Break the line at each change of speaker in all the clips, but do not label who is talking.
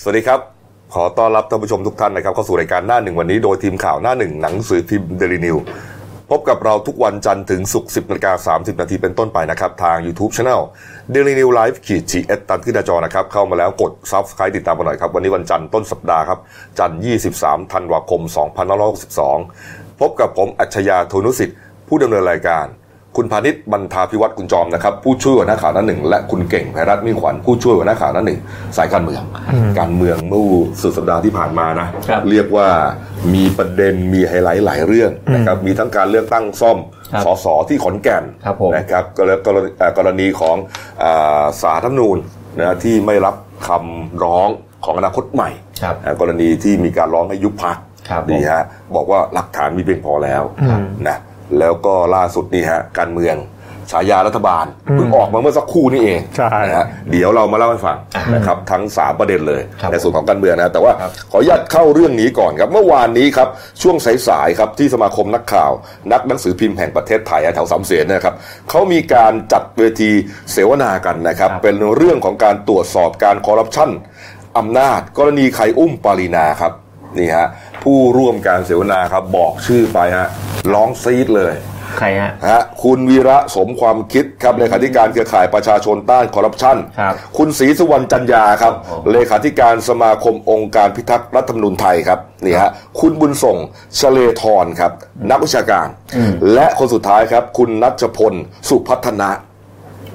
สวัสดีครับ ขอต้อนรับท่านผู้ชมทุกท่านนะครับเข้าสู่รายการหน้าหนึ่งวันนี้โดยทีมข่าวหน้าหนึ่งหนังสือพิมพ์เดลินิวพบกับเราทุกวันจันทร์ถึงศุกร์10นาฬิกา30 นาทีเป็นต้นไปนะครับ ทาง YouTube Channel Daily New Life ขีดจีเอตามขึ้นหน้าจอนะครับ เข้ามาแล้วกด Subscribe ติดตามกันหน่อยครับ วันนี้วันจันทร์ต้นสัปดาห์ครับ จันทร์ 23 ธันวาคม 2562 พบกับผมอัจฉริยะโทนุสิทธิ์ผู้ดำเนินรายการ คุณพาณิชย์บรรทาพิวัตรคุณจอมนะครับผู้ช่วยหัวหน้าข่าวหน้าหนึ่งและคุณเก่งไพรัตน์มิ่งขวัญผู้ช่วยหัวหน้าข่าวหน้าหนึ่งสายการเมือง การเมืองเมื่อสุดสัปดาห์ที่ผ่านมานะ
ครับ
เรียกว่ามีประเด็นมีไฮไลท์หลายเรื่องนะครับมีทั้งการเลือกตั้งซ่อม
ครับ
สสที่ขอนแก่น
ครับผม
นะครับกรณีกรณีเอ่อกรณีของอ่าสารรัฐธรรมนูญนะที่ไม่รับคำร้องของอนาคตใหม่
ครับ
อ่ากรณีที่มีการร้องให้ยุบพรรค
ครับผม
ดีฮะบอกว่าหลักฐานมีเพียงพอแล้ว นะแล้วก็ล่าสุดนี่ฮะการเมืองฉายารัฐบาลเพิ่งออกมาเมื่อสักครู่นี่เอง
ใช่
นะฮะเดี๋ยวเรามาเล่าให้ฟังนะครับทั้ง 3 ประเด็นเลย
ครับ
ในส่วนของการเมืองนะแต่ว่า
ครับ
ขออนุญาตเข้าเรื่องนี้ก่อนครับ เมื่อวานนี้ครับ ช่วงสายๆครับที่สมาคมนักข่าว นักหนังสือพิมพ์แห่งประเทศไทยแถวสามเสนนะครับเขามีการจัดเวทีเสวนากันนะครับ เป็นเรื่องของการตรวจสอบการคอร์รัปชันอำนาจ กรณีใครอุ้มปารีนาครับ นี่ฮะผู้ร่วมการเสวนาครับบอกชื่อไปฮะร้องซีดเลย
ใครฮะ
ฮะคุณวีระสมความคิดครับเลขาธิการเครือข่ายประชาชนต้านคอร์รัปชัน
ครับ
คุณศรีสุวรรณจันยาครับ
โอ้โห
เลขาธิการสมาคมองค์การพิทักษ์รัฐธรรมนูญไทยครับนี่ฮะคุณบุญส่งชเลทรครับ นักวิชาการ และคนสุดท้ายครับ คุณนัชพลสุพัฒนะ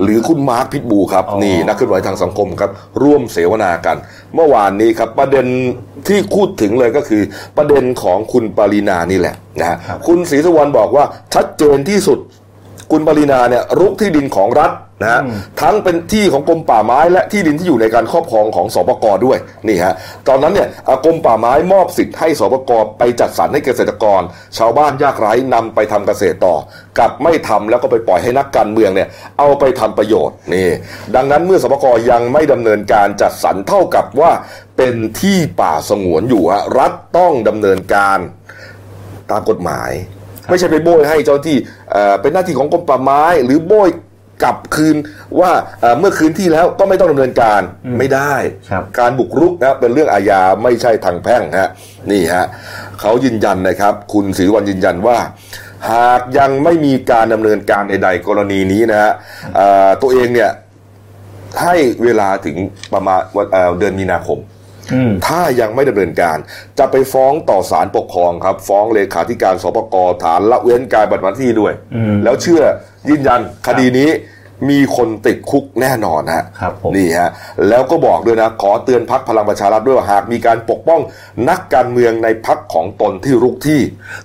หรือคุณมาร์คพิทบูครับ
อ๋อ
นี่นักเคลื่อนไหวทางสังคมครับ ร่วมเสวนากัน เมื่อวานนี้ครับประเด็นที่พูดถึงเลยก็คือ ประเด็นของคุณปารีนานี่แหละนะฮะคุณศรีสุวรรณบอกว่าชัดเจนที่สุด คุณปารีนาเนี่ยรุกที่ดินของรัฐนะฮะทั้งเป็นที่ของกรมป่าไม้และที่ดินที่อยู่ในการครอบครองของสปกด้วยนี่ฮะตอนนั้นเนี่ยอ่ากรมป่าไม้มอบสิทธิ์ให้สปกไปจัดสรรให้เกษตรกร ชาวบ้านยากไร้นำไปทำเกษตรต่อกลับไม่ทำแล้วก็ไปปล่อยให้นักการเมืองเนี่ยเอาไปทำประโยชน์นี่ดังนั้นเมื่อสปกยังไม่ดำเนินการจัดสรรเท่ากับว่าเป็นที่ป่าสงวนอยู่ฮะรัฐต้องดำเนินการ ตามกฎหมาย ไม่ใช่ไปโบยให้เจ้าหน้าที่เอ่อเป็นหน้าที่ของกรมป่าไม้ หรือโบยกลับคืนว่าเอ่อเมื่อคืนที่แล้วก็ไม่ต้องดำเนินการไม่ได้
ครับ
การบุกรุกนะเป็นเรื่องอาญาไม่ใช่ทางแพ่งฮะนี่ฮะเขายืนยันนะครับ คุณศรีวันยืนยันว่า หากยังไม่มีการดำเนินการใดๆกรณีนี้นะฮะเอ่อตัวเองเนี่ยให้เวลาถึงประมาณวันเอ่อเดือนมีนาคม
อืม
ถ้ายังไม่ดำเนินการจะไปฟ้องต่อศาลปกครองครับ ฟ้องเลขาธิการสปกฐานละเว้นการปฏิบัติหน้าที่ด้วย
อืม
แล้วเชื่อยืนยันคดีนี้มีคนติดคุกแน่นอนฮะ
ครับผม
นี่ฮะแล้วก็บอกด้วยนะ ขอเตือนพักพลังประชารัฐด้วยว่าหากมีการปกป้องนักการเมืองในพักของตนที่รุกที่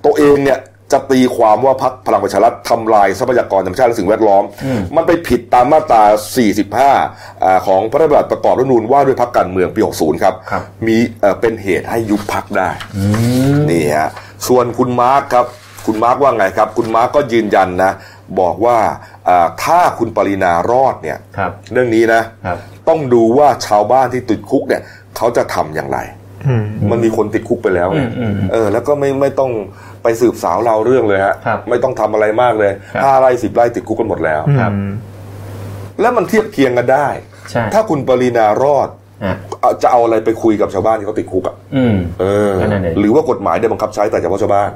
ตัวเองเนี่ยจะตีความว่าพักพลังประชารัฐทำลายทรัพยากรธรรมชาติและสิ่งแวดล้อม
อืม
มันไปผิดตามมาตรา 45อ่าของพระราชบัญญัติประกอบรัฐธรรมนูญว่าด้วยพักการเมืองปี 60 ครับ
ครับ
มีเอ่อเป็นเหตุให้ยุบพักได้ นี่ฮะ ส่วนคุณมาร์คครับ คุณมาร์คว่าไงครับ คุณมาร์คก็ยืนยันนะ บอกว่าอ่าถ้าคุณปรินารอดเนี่ย
ครับ
เรื่องนี้นะ
ครับ
ต้องดูว่าชาวบ้านที่ติดคุกเนี่ย เขาจะทำอย่างไร
อืม
มันมีคนติดคุกไปแล้วไง
อืมอืมอืม
เออ แล้วก็ไม่ไม่ต้องไปสืบสาวเราวเรื่องเลยฮะ
ครับ
ไม่ต้องทำอะไรมากเลย
ครับ
ห้าไร่สิบไร่ติดคุกกันหมดแล้ว
ครับ
แล้วมันเทียบเคียงกันได้
ใช่
ถ้าคุณปรินารอด
อ่ะ
เอาจะเอาอะไรไปคุยกับชาวบ้านที่เขาติดคุกอะ
อืม
เออ
ก็นั่นเอง
หรือว่ากฎหมายได้บังคับใช้แต่เฉพาะชาวบ้าน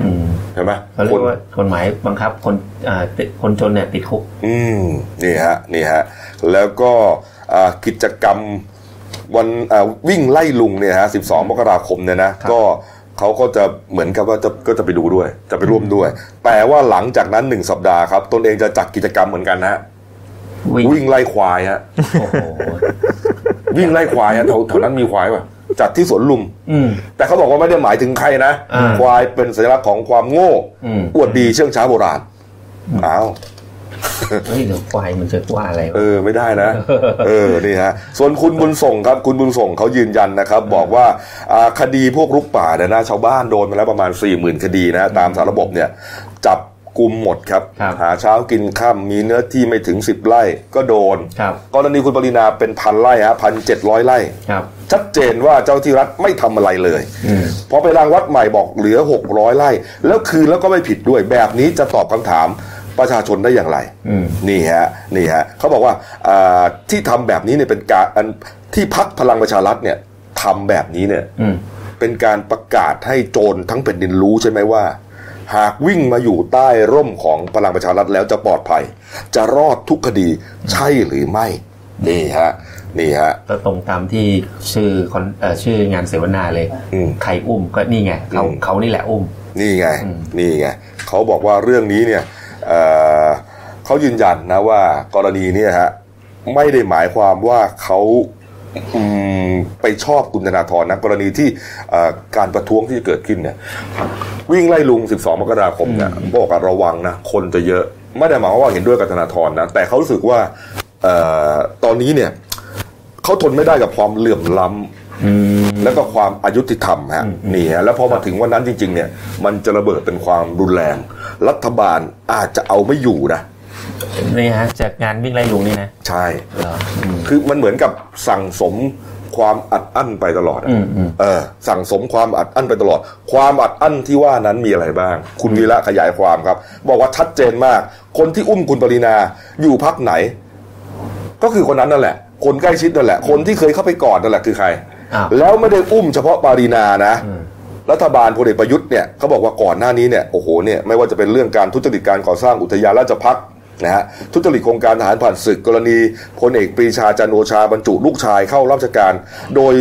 อืม
ใช่ไหม
เขาเรียกว่ากฎหมายบังคับคนอ่าติดคนจนเนี่ยติดคุก
อืมนี่ฮะนี่ฮะแล้วก็อ่ากิจกรรมวันอ่าวิ่งไล่ลุงเนี่ยฮะ12มกราคมเนี่ยนะก็เขาก็จะเหมือนกับว่าจะก็จะไปดูด้วย จะไปร่วมด้วย แต่ว่าหลังจากนั้นหนึ่งสัปดาห์ครับตนเองจะจัดกิจกรรมเหมือนกันนะฮะ
วิ่ง
วิ่งไล่ควายฮะ
โอ้โห
วิ่งไล่ควายฮะแถวแถวนั้นมีควายป่ะจัดที่สวนลุม
อืม
แต่เขาบอกว่าไม่ได้หมายถึงใครนะ
อ่า
ควายเป็นสัญลักษณ์ของความโง่
อืม
อวดดีเชื่องช้าโบราณอ้าว
เฮ้ยเดี๋ยวควายมันจะว่าอะไร
เอ
วะ
อไม่ได้นะ เออนี่ฮะส่วนคุณบุญส่งครับคุณบุญส่งเขายืนยันนะครับ บอกว่าอ่าคดีพวกรุกป่าเนี่ยนะชาวบ้านโดนมาแล้วประมาณ4ี่หมื่นคดีนะตามสารระบบเนี่ยจับกลุ่มหมดครับ
ครับ
หาเช้ากินข้ามมีเนื้อที่ไม่ถึง 10 ไร่ก็โดน
ครับ
กรณีคุณปรินาเป็นพันไร่ฮะพันเจ็ดร้อยไร่
ครับ
ชัดเจนว่าเจ้าที่รัฐไม่ทำอะไรเลย
อืม
พอไปรางวัดใหม่บอกเหลือ 600 ไร่ แล้วคืนแล้วก็ไม่ผิดด้วยแบบนี้จะตอบคำถามประชาชนได้อย่างไร
อืม
นี่ฮะนี่ฮะเขาบอกว่าอ่าที่ทำแบบนี้เนี่ยเป็นการอันที่พักพลังประชารัฐเนี่ย ทำแบบนี้เนี่ย
อืม
เป็นการประกาศให้โจรทั้งแผ่นดินรู้ใช่ไหมว่า หากวิ่งมาอยู่ใต้ร่มของพลังประชารัฐแล้วจะปลอดภัย จะรอดทุกคดีใช่หรือไม่นี่ฮะนี่ฮะ
ก็ตรงตามที่ชื่อคอนเอ่อชื่องานเสวนาเลย
อืม
ใครอุ้มก็นี่ไงเขา
อืม
เขานี่แหละอุ้ม
นี่ไง
อืม
นี่ไงเขาบอกว่าเรื่องนี้เนี่ยเอ่อเขายืนยันนะว่ากรณีเนี่ยฮะไม่ได้หมายความว่าเขาอืมไปชอบคุณธนาธรนะกรณีที่เอ่อการประท้วงที่เกิดขึ้นเนี่ย วิ่งไล่ลุง 12 มกราคมเนี่ยบอกว่าระวังนะคนจะเยอะ ไม่ได้หมายความว่าเห็นด้วยกับธนาธรนะ แต่เขารู้สึกว่าเอ่อตอนนี้เนี่ยเขาทนไม่ได้กับความเหลื่อมล้ำ
อืม
แล้วก็ความอายุติธรรมฮะ
อืมอืม
นี่ฮะแล้วพอมาถึงวันนั้นจริง ๆ เนี่ย มันจะระเบิดเป็นความรุนแรง รัฐบาลอาจจะเอาไม่อยู่นะ
นี่ฮะจากงานวิ่งไล่ลุงนี่นะ
ใช่
เหรออืม
คือมันเหมือนกับสั่งสมความอัดอั้นไปตลอดอะ
อืมอืม
เออ สั่งสมความอัดอั้นไปตลอด ความอัดอั้นที่ว่านั้นมีอะไรบ้าง คุณวีระขยายความครับ บอกว่าชัดเจนมาก คนที่อุ้มคุณปรินาอยู่พักไหน ก็คือคนนั้นนั่นแหละ คนใกล้ชิดนั่นแหละ คนที่เคยเข้าไปก่อนนั่นแหละคือใคร
อ้าว
แล้วไม่ได้อุ้มเฉพาะปารีนานะ
อืม
รัฐบาลพลเอกประยุทธ์เนี่ยเขาบอกว่าก่อนหน้านี้เนี่ยโอ้โหเนี่ยไม่ว่าจะเป็นเรื่องการทุจริตการก่อสร้างอุทยานราชพักษ์นะฮะทุจริตโครงการทหารผ่านศึกกรณีพลเอกปรีชาจันทร์โอชาบรรจุลูกชายเข้ารับราชการ โดย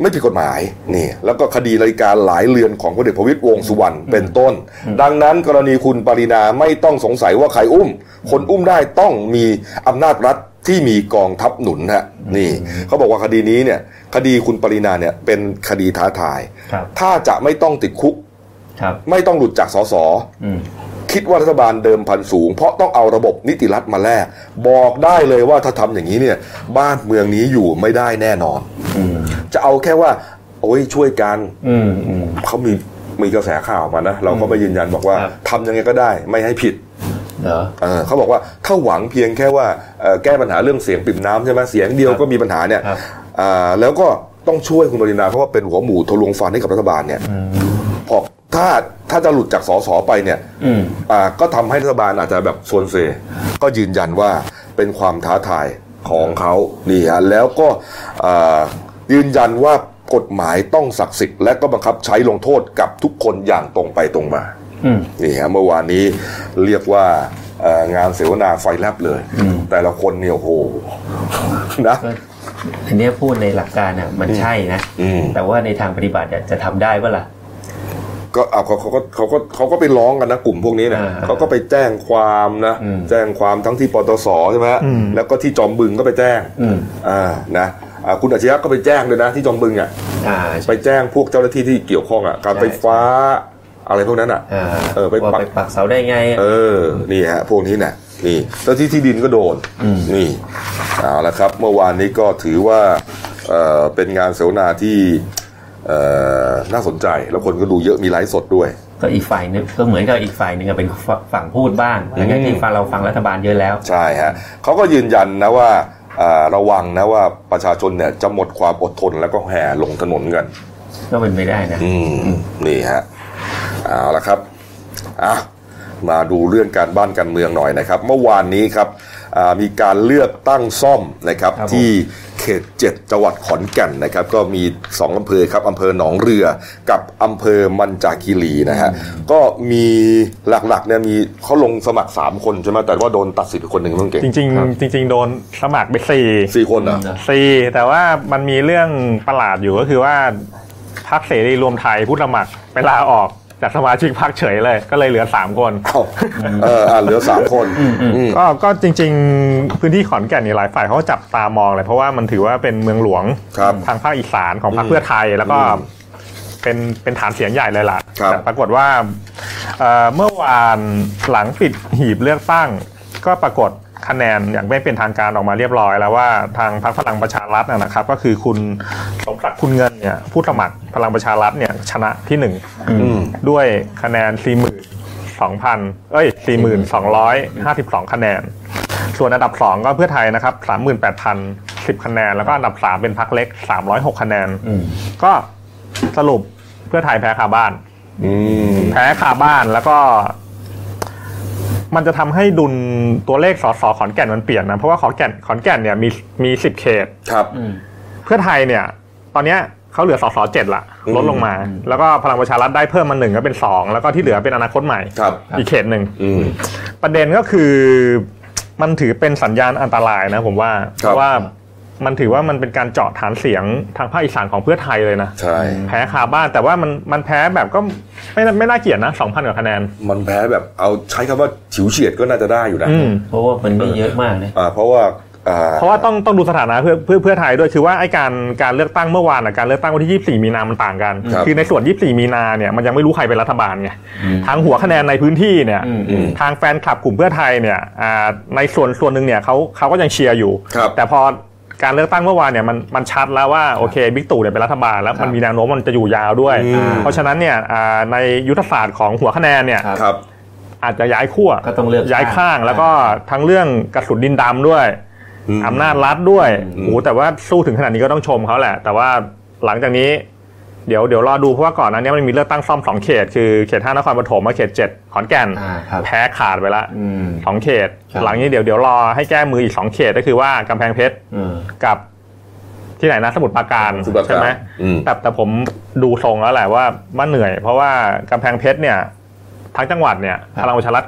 ไม่ผิดกฎหมายนี่แล้วก็คดีนาฬิกาหลายเรือนของพลเอกประวิตยวงษ์สุวรรณเป็นต้น ดังนั้นกรณีคุณปรินาไม่ต้องสงสัยว่าใครอุ้ม คนอุ้มได้ต้องมีอำนาจรัฐ ที่มีกองทัพหนุนฮะนี่เขาบอกว่าคดีนี้เนี่ย คดีคุณปรินาเนี่ยเป็นคดีท้าทาย
ครับ
ถ้าจะไม่ต้องติดคุก
ครับ
ไม่ต้องหลุดจากสส
อืม
คิดว่ารัฐบาลเดิมพันสูง เพราะต้องเอาระบบนิติรัฐมาแลกบอกได้เลยว่าถ้าทำอย่างนี้เนี่ย บ้านเมืองนี้อยู่ไม่ได้แน่นอน
อืม
จะเอาแค่ว่า โอ้ยช่วยกัน
อืมอืม
เขามีมีกระแสข่าวมานะ เราก็ไปยืนยันบอกว่า
ครับ
ทำยังไงก็ได้ไม่ให้ผิด
เหรอ
เออเขาบอกว่าถ้าหวังเพียงแค่ว่าเอ่อแก้ปัญหาเรื่องเสียงปริ่มน้ำใช่ไหมเสียงเดียว
ครับ
ก็มีปัญหาเนี่ย
ครับ
อ่าแล้วก็ต้องช่วยคุณปรินาเพราะว่าเป็นหัวหมูทะลวงฟันให้กับรัฐบาลเนี่ย
อืม
พอถ้าถ้าจะหลุดจากสสไปเนี่ย
อืม
อ่าก็ทำให้รัฐบาลอาจจะแบบโซนเซ ก็ยืนยันว่าเป็นความท้าทายของเขานี่ฮะแล้วก็อ่ายืนยันว่ากฎหมายต้องศักดิ์สิทธิ์และก็บังคับใช้ลงโทษกับทุกคนอย่างตรงไปตรงมา
อืม
นี่ฮะเมื่อวานนี้เรียกว่าเอ่องานเสวนาไฟแลบเลย
อืม
แต่ละคนเนี่ยโอ้โห นะ
ก็อันเนี้ยพูดในหลักการอ่ะมันใช่นะ
อืม
แต่ว่าในทางปฏิบัติอะจะทำได้ปะล่ะ
ก็เอาเขาเขาก็เขาก็เขาก็ไปร้องกันนะกลุ่มพวกนี้นะ
อ่า
เขาก็ไปแจ้งความนะ
อืม
แจ้งความทั้งที่ปตสใช่ไหมฮะแล้วก็ที่จอมบึงก็ไปแจ้ง
อืม
อ่านะอ่าคุณอาชญะก็ไปแจ้งเลยนะ ที่จอมบึงอ่ะ
อ่า
ไปแจ้งพวกเจ้าหน้าที่ที่เกี่ยวข้องอ่ะการไฟฟ้าอะไรพวกนั้นอ่ะ
อ่า
เออไป
ว่า
ปัก
ไปปักเสาได้ไงอะ
เออ นี่ฮะ พวกนี้นะนี่เจ้าที่ที่ดินก็โดน
อืม
นี่ เอาละครับ เมื่อวานนี้ก็ถือว่า เอ่อ เป็นงานเสวนาที่เอ่อน่าสนใจ แล้วคนก็ดูเยอะ มีไลฟ์สดด้วย
ก็อีกฝ่ายหนึงก็เหมือนกับอีกฝ่ายหนึ่งอะเป็นฝั่งพูดบ้างหลังจากที่ฟังเราฟังรัฐบาลเยอะแล้ว
ใช่ฮะเขาก็ยืนยันนะว่าเอ่อระวังนะว่าประชาชนเนี่ยจะหมดความอดทนแล้วก็แห่ลงถนนกัน
ก็เป็นไปได้นะ
อืม นี่ฮะ เอาละครับอ่ะมาดูเรื่องการบ้านการเมืองหน่อยนะครับ เมื่อวานนี้ครับอ่ามีการเลือกตั้งซ่อมนะครับ
ครับผม
ที่เขตเจ็ดจังหวัดขอนแก่นนะครับ ก็มีสองอำเภอครับอำเภอหนองเรือกับอำเภอมันจาคีรีนะฮะก็มีหลักๆเนี่ยมีเขาลงสมัคร 3 คนใช่ไหมแต่ว่าโดนตัดสิทธิ์ไปคนหนึ่งต้องเก่ง
จริงๆจริง ๆ โดนสมัครไปสี่
สี่คนเหรอ่ะ
สี่แต่ว่ามันมีเรื่องประหลาดอยู่ก็คือว่าพรรคเสรีรวมไทยผู้สมัครไปลาออกจากสมาชิกพรรคเฉยเลย ก็เลยเหลือ 3 คน
เอ้าเอออ่ะเหลือสามคน อืม
ก็ก็จริง ๆ พื้นที่ขอนแก่นนี่หลายฝ่ายเขาจับตามองเลย เพราะว่ามันถือว่าเป็นเมืองหลวง
ครับ
ทางภาคอีสานของพรรคเพื่อไทยแล้วก็เป็นเป็นฐานเสียงใหญ่เลยล่ะ
ครับ
แต่ปรากฏว่าเอ่อเมื่อวานหลังปิดหีบเลือกตั้ง ก็ปรากฏคะแนนอย่างไม่เป็นทางการออกมาเรียบร้อยแล้วว่าทางพรรคพลังประชารัฐนะนะครับ ก็คือคุณสมศักดิ์คุณเงินเนี่ยผู้สมัครพลังประชารัฐเนี่ยชนะที่หนึ่ง
อืม
ด้วยคะแนน 42,000 เอ้ย 42,52 คะแนน ส่วนอันดับ 2 ก็เพื่อไทยนะครับ 38,010 คะแนน แล้วก็อันดับ 3 เป็นพรรคเล็ก 306 คะแนน
อืม
ก็สรุปเพื่อไทยแพ้คาบ้าน
อืม
แพ้คาบ้านแล้วก็ มันจะทำให้ดุลตัวเลขสสขอนแก่นมันเปลี่ยนนะ เพราะว่าขอนแก่นขอนแก่นเนี่ยมีมี 10 เขต
ครับ
เพื่อไทยเนี่ย ตอนเนี้ยเขาเหลือสสเจ็ดละ
อืม
ลดลงมา แล้วก็พลังประชารัฐได้เพิ่มมาหนึ่งก็เป็นสองแล้วก็ที่เหลือเป็นอนาคตใหม่
ครับ
อีกเขตหนึ่ง
อืม
ประเด็นก็คือมันถือเป็นสัญญาณอันตรายนะผมว่า
ครับ
เพราะว่ามันถือว่ามันเป็นการเจาะฐานเสียงทางภาคอีสานของเพื่อไทยเลยนะ
ใช่
แพ้คาบ้านแต่ว่ามันมันแพ้แบบก็ไม่น่าไม่น่าเกลียดนะ2,000กว่าคะแนน
มันแพ้แบบเอาใช้คำว่าฉิวเฉียดก็น่าจะได้อยู่นะ
อืม
เพราะว่ามันไม่เยอะมากนะ
อ่าเพราะว่าอ่า
เพราะว่าต้องต้องดูสถานะเพื่อเพื่อเพื่อไทยด้วยคือว่าไอการการเลือกตั้งเมื่อวานกับการเลือกตั้งวันที่ 24 มีนามันต่างกัน
ครับ
อในส่วน 24 มีนาเนี่ยมันยังไม่รู้ใครเป็นรัฐบาลไง
อืม
ทางหัวคะแนนในพื้นที่เนี่ย
อืม
อืม
ทางแฟนคลับกลุ่มเพื่อไทยเนี่ยอ่าในส่วนส่วนหนึ่งเนี่ยเขาเขาก็ยังเชียร์อยู่
ครับ
แต่พอการเลือกตั้งเมื่อวานเนี่ยมันมันชัดแล้วว่าโอเคบิ๊กตู่เนี่ยเป็นรัฐบาลแล้ว
ครับ
มันมีแนวโน้มมันจะอยู่ยาวด้วย
อืม
เพราะฉะนั้นเนี่ยอ่าในยุทธศาสตร์ของหัวคะแนนเนี่ย
ครับ
ครับ
อาจจะย้ายขั้ว
ก็ต้องเลือก
ย้ายข้างแล้วก็ทั้งเรื่องกระสุนดินดำด้วย
อืม
อำนาจรัฐด้วยโอ้โหแต่ว่าสู้ถึงขนาดนี้ก็ต้องชมเขาแหละ แต่ว่าหลังจากนี้ เดี๋ยวเดี๋ยวรอดูเพราะว่าก่อนหนั้นเนี่ยมันมีเลือกตั้งซ่อมสองเขต คือเขตห้านครปฐมกับเขตเจ็ดขอนแก่น
อ่าครับ
แพ้ขาดไปละ
อืม
สองเขต
ครับ
หลังนี้เดี๋ยวเดี๋ยวรอให้แก้มืออีกสองเขตก็คือว่ากำแพงเพชร
เออ
กับที่ไหนนะสมุทรปราการ
สมุทรปราการ
ใช่ไหม
อืม
แต่แต่ผมดูทรงแล้วแหละว่าว่าเหนื่อย เพราะว่ากำแพงเพชรเนี่ยทั้งจังหวัดเนี่ย
ครับ
พลังประชารัฐ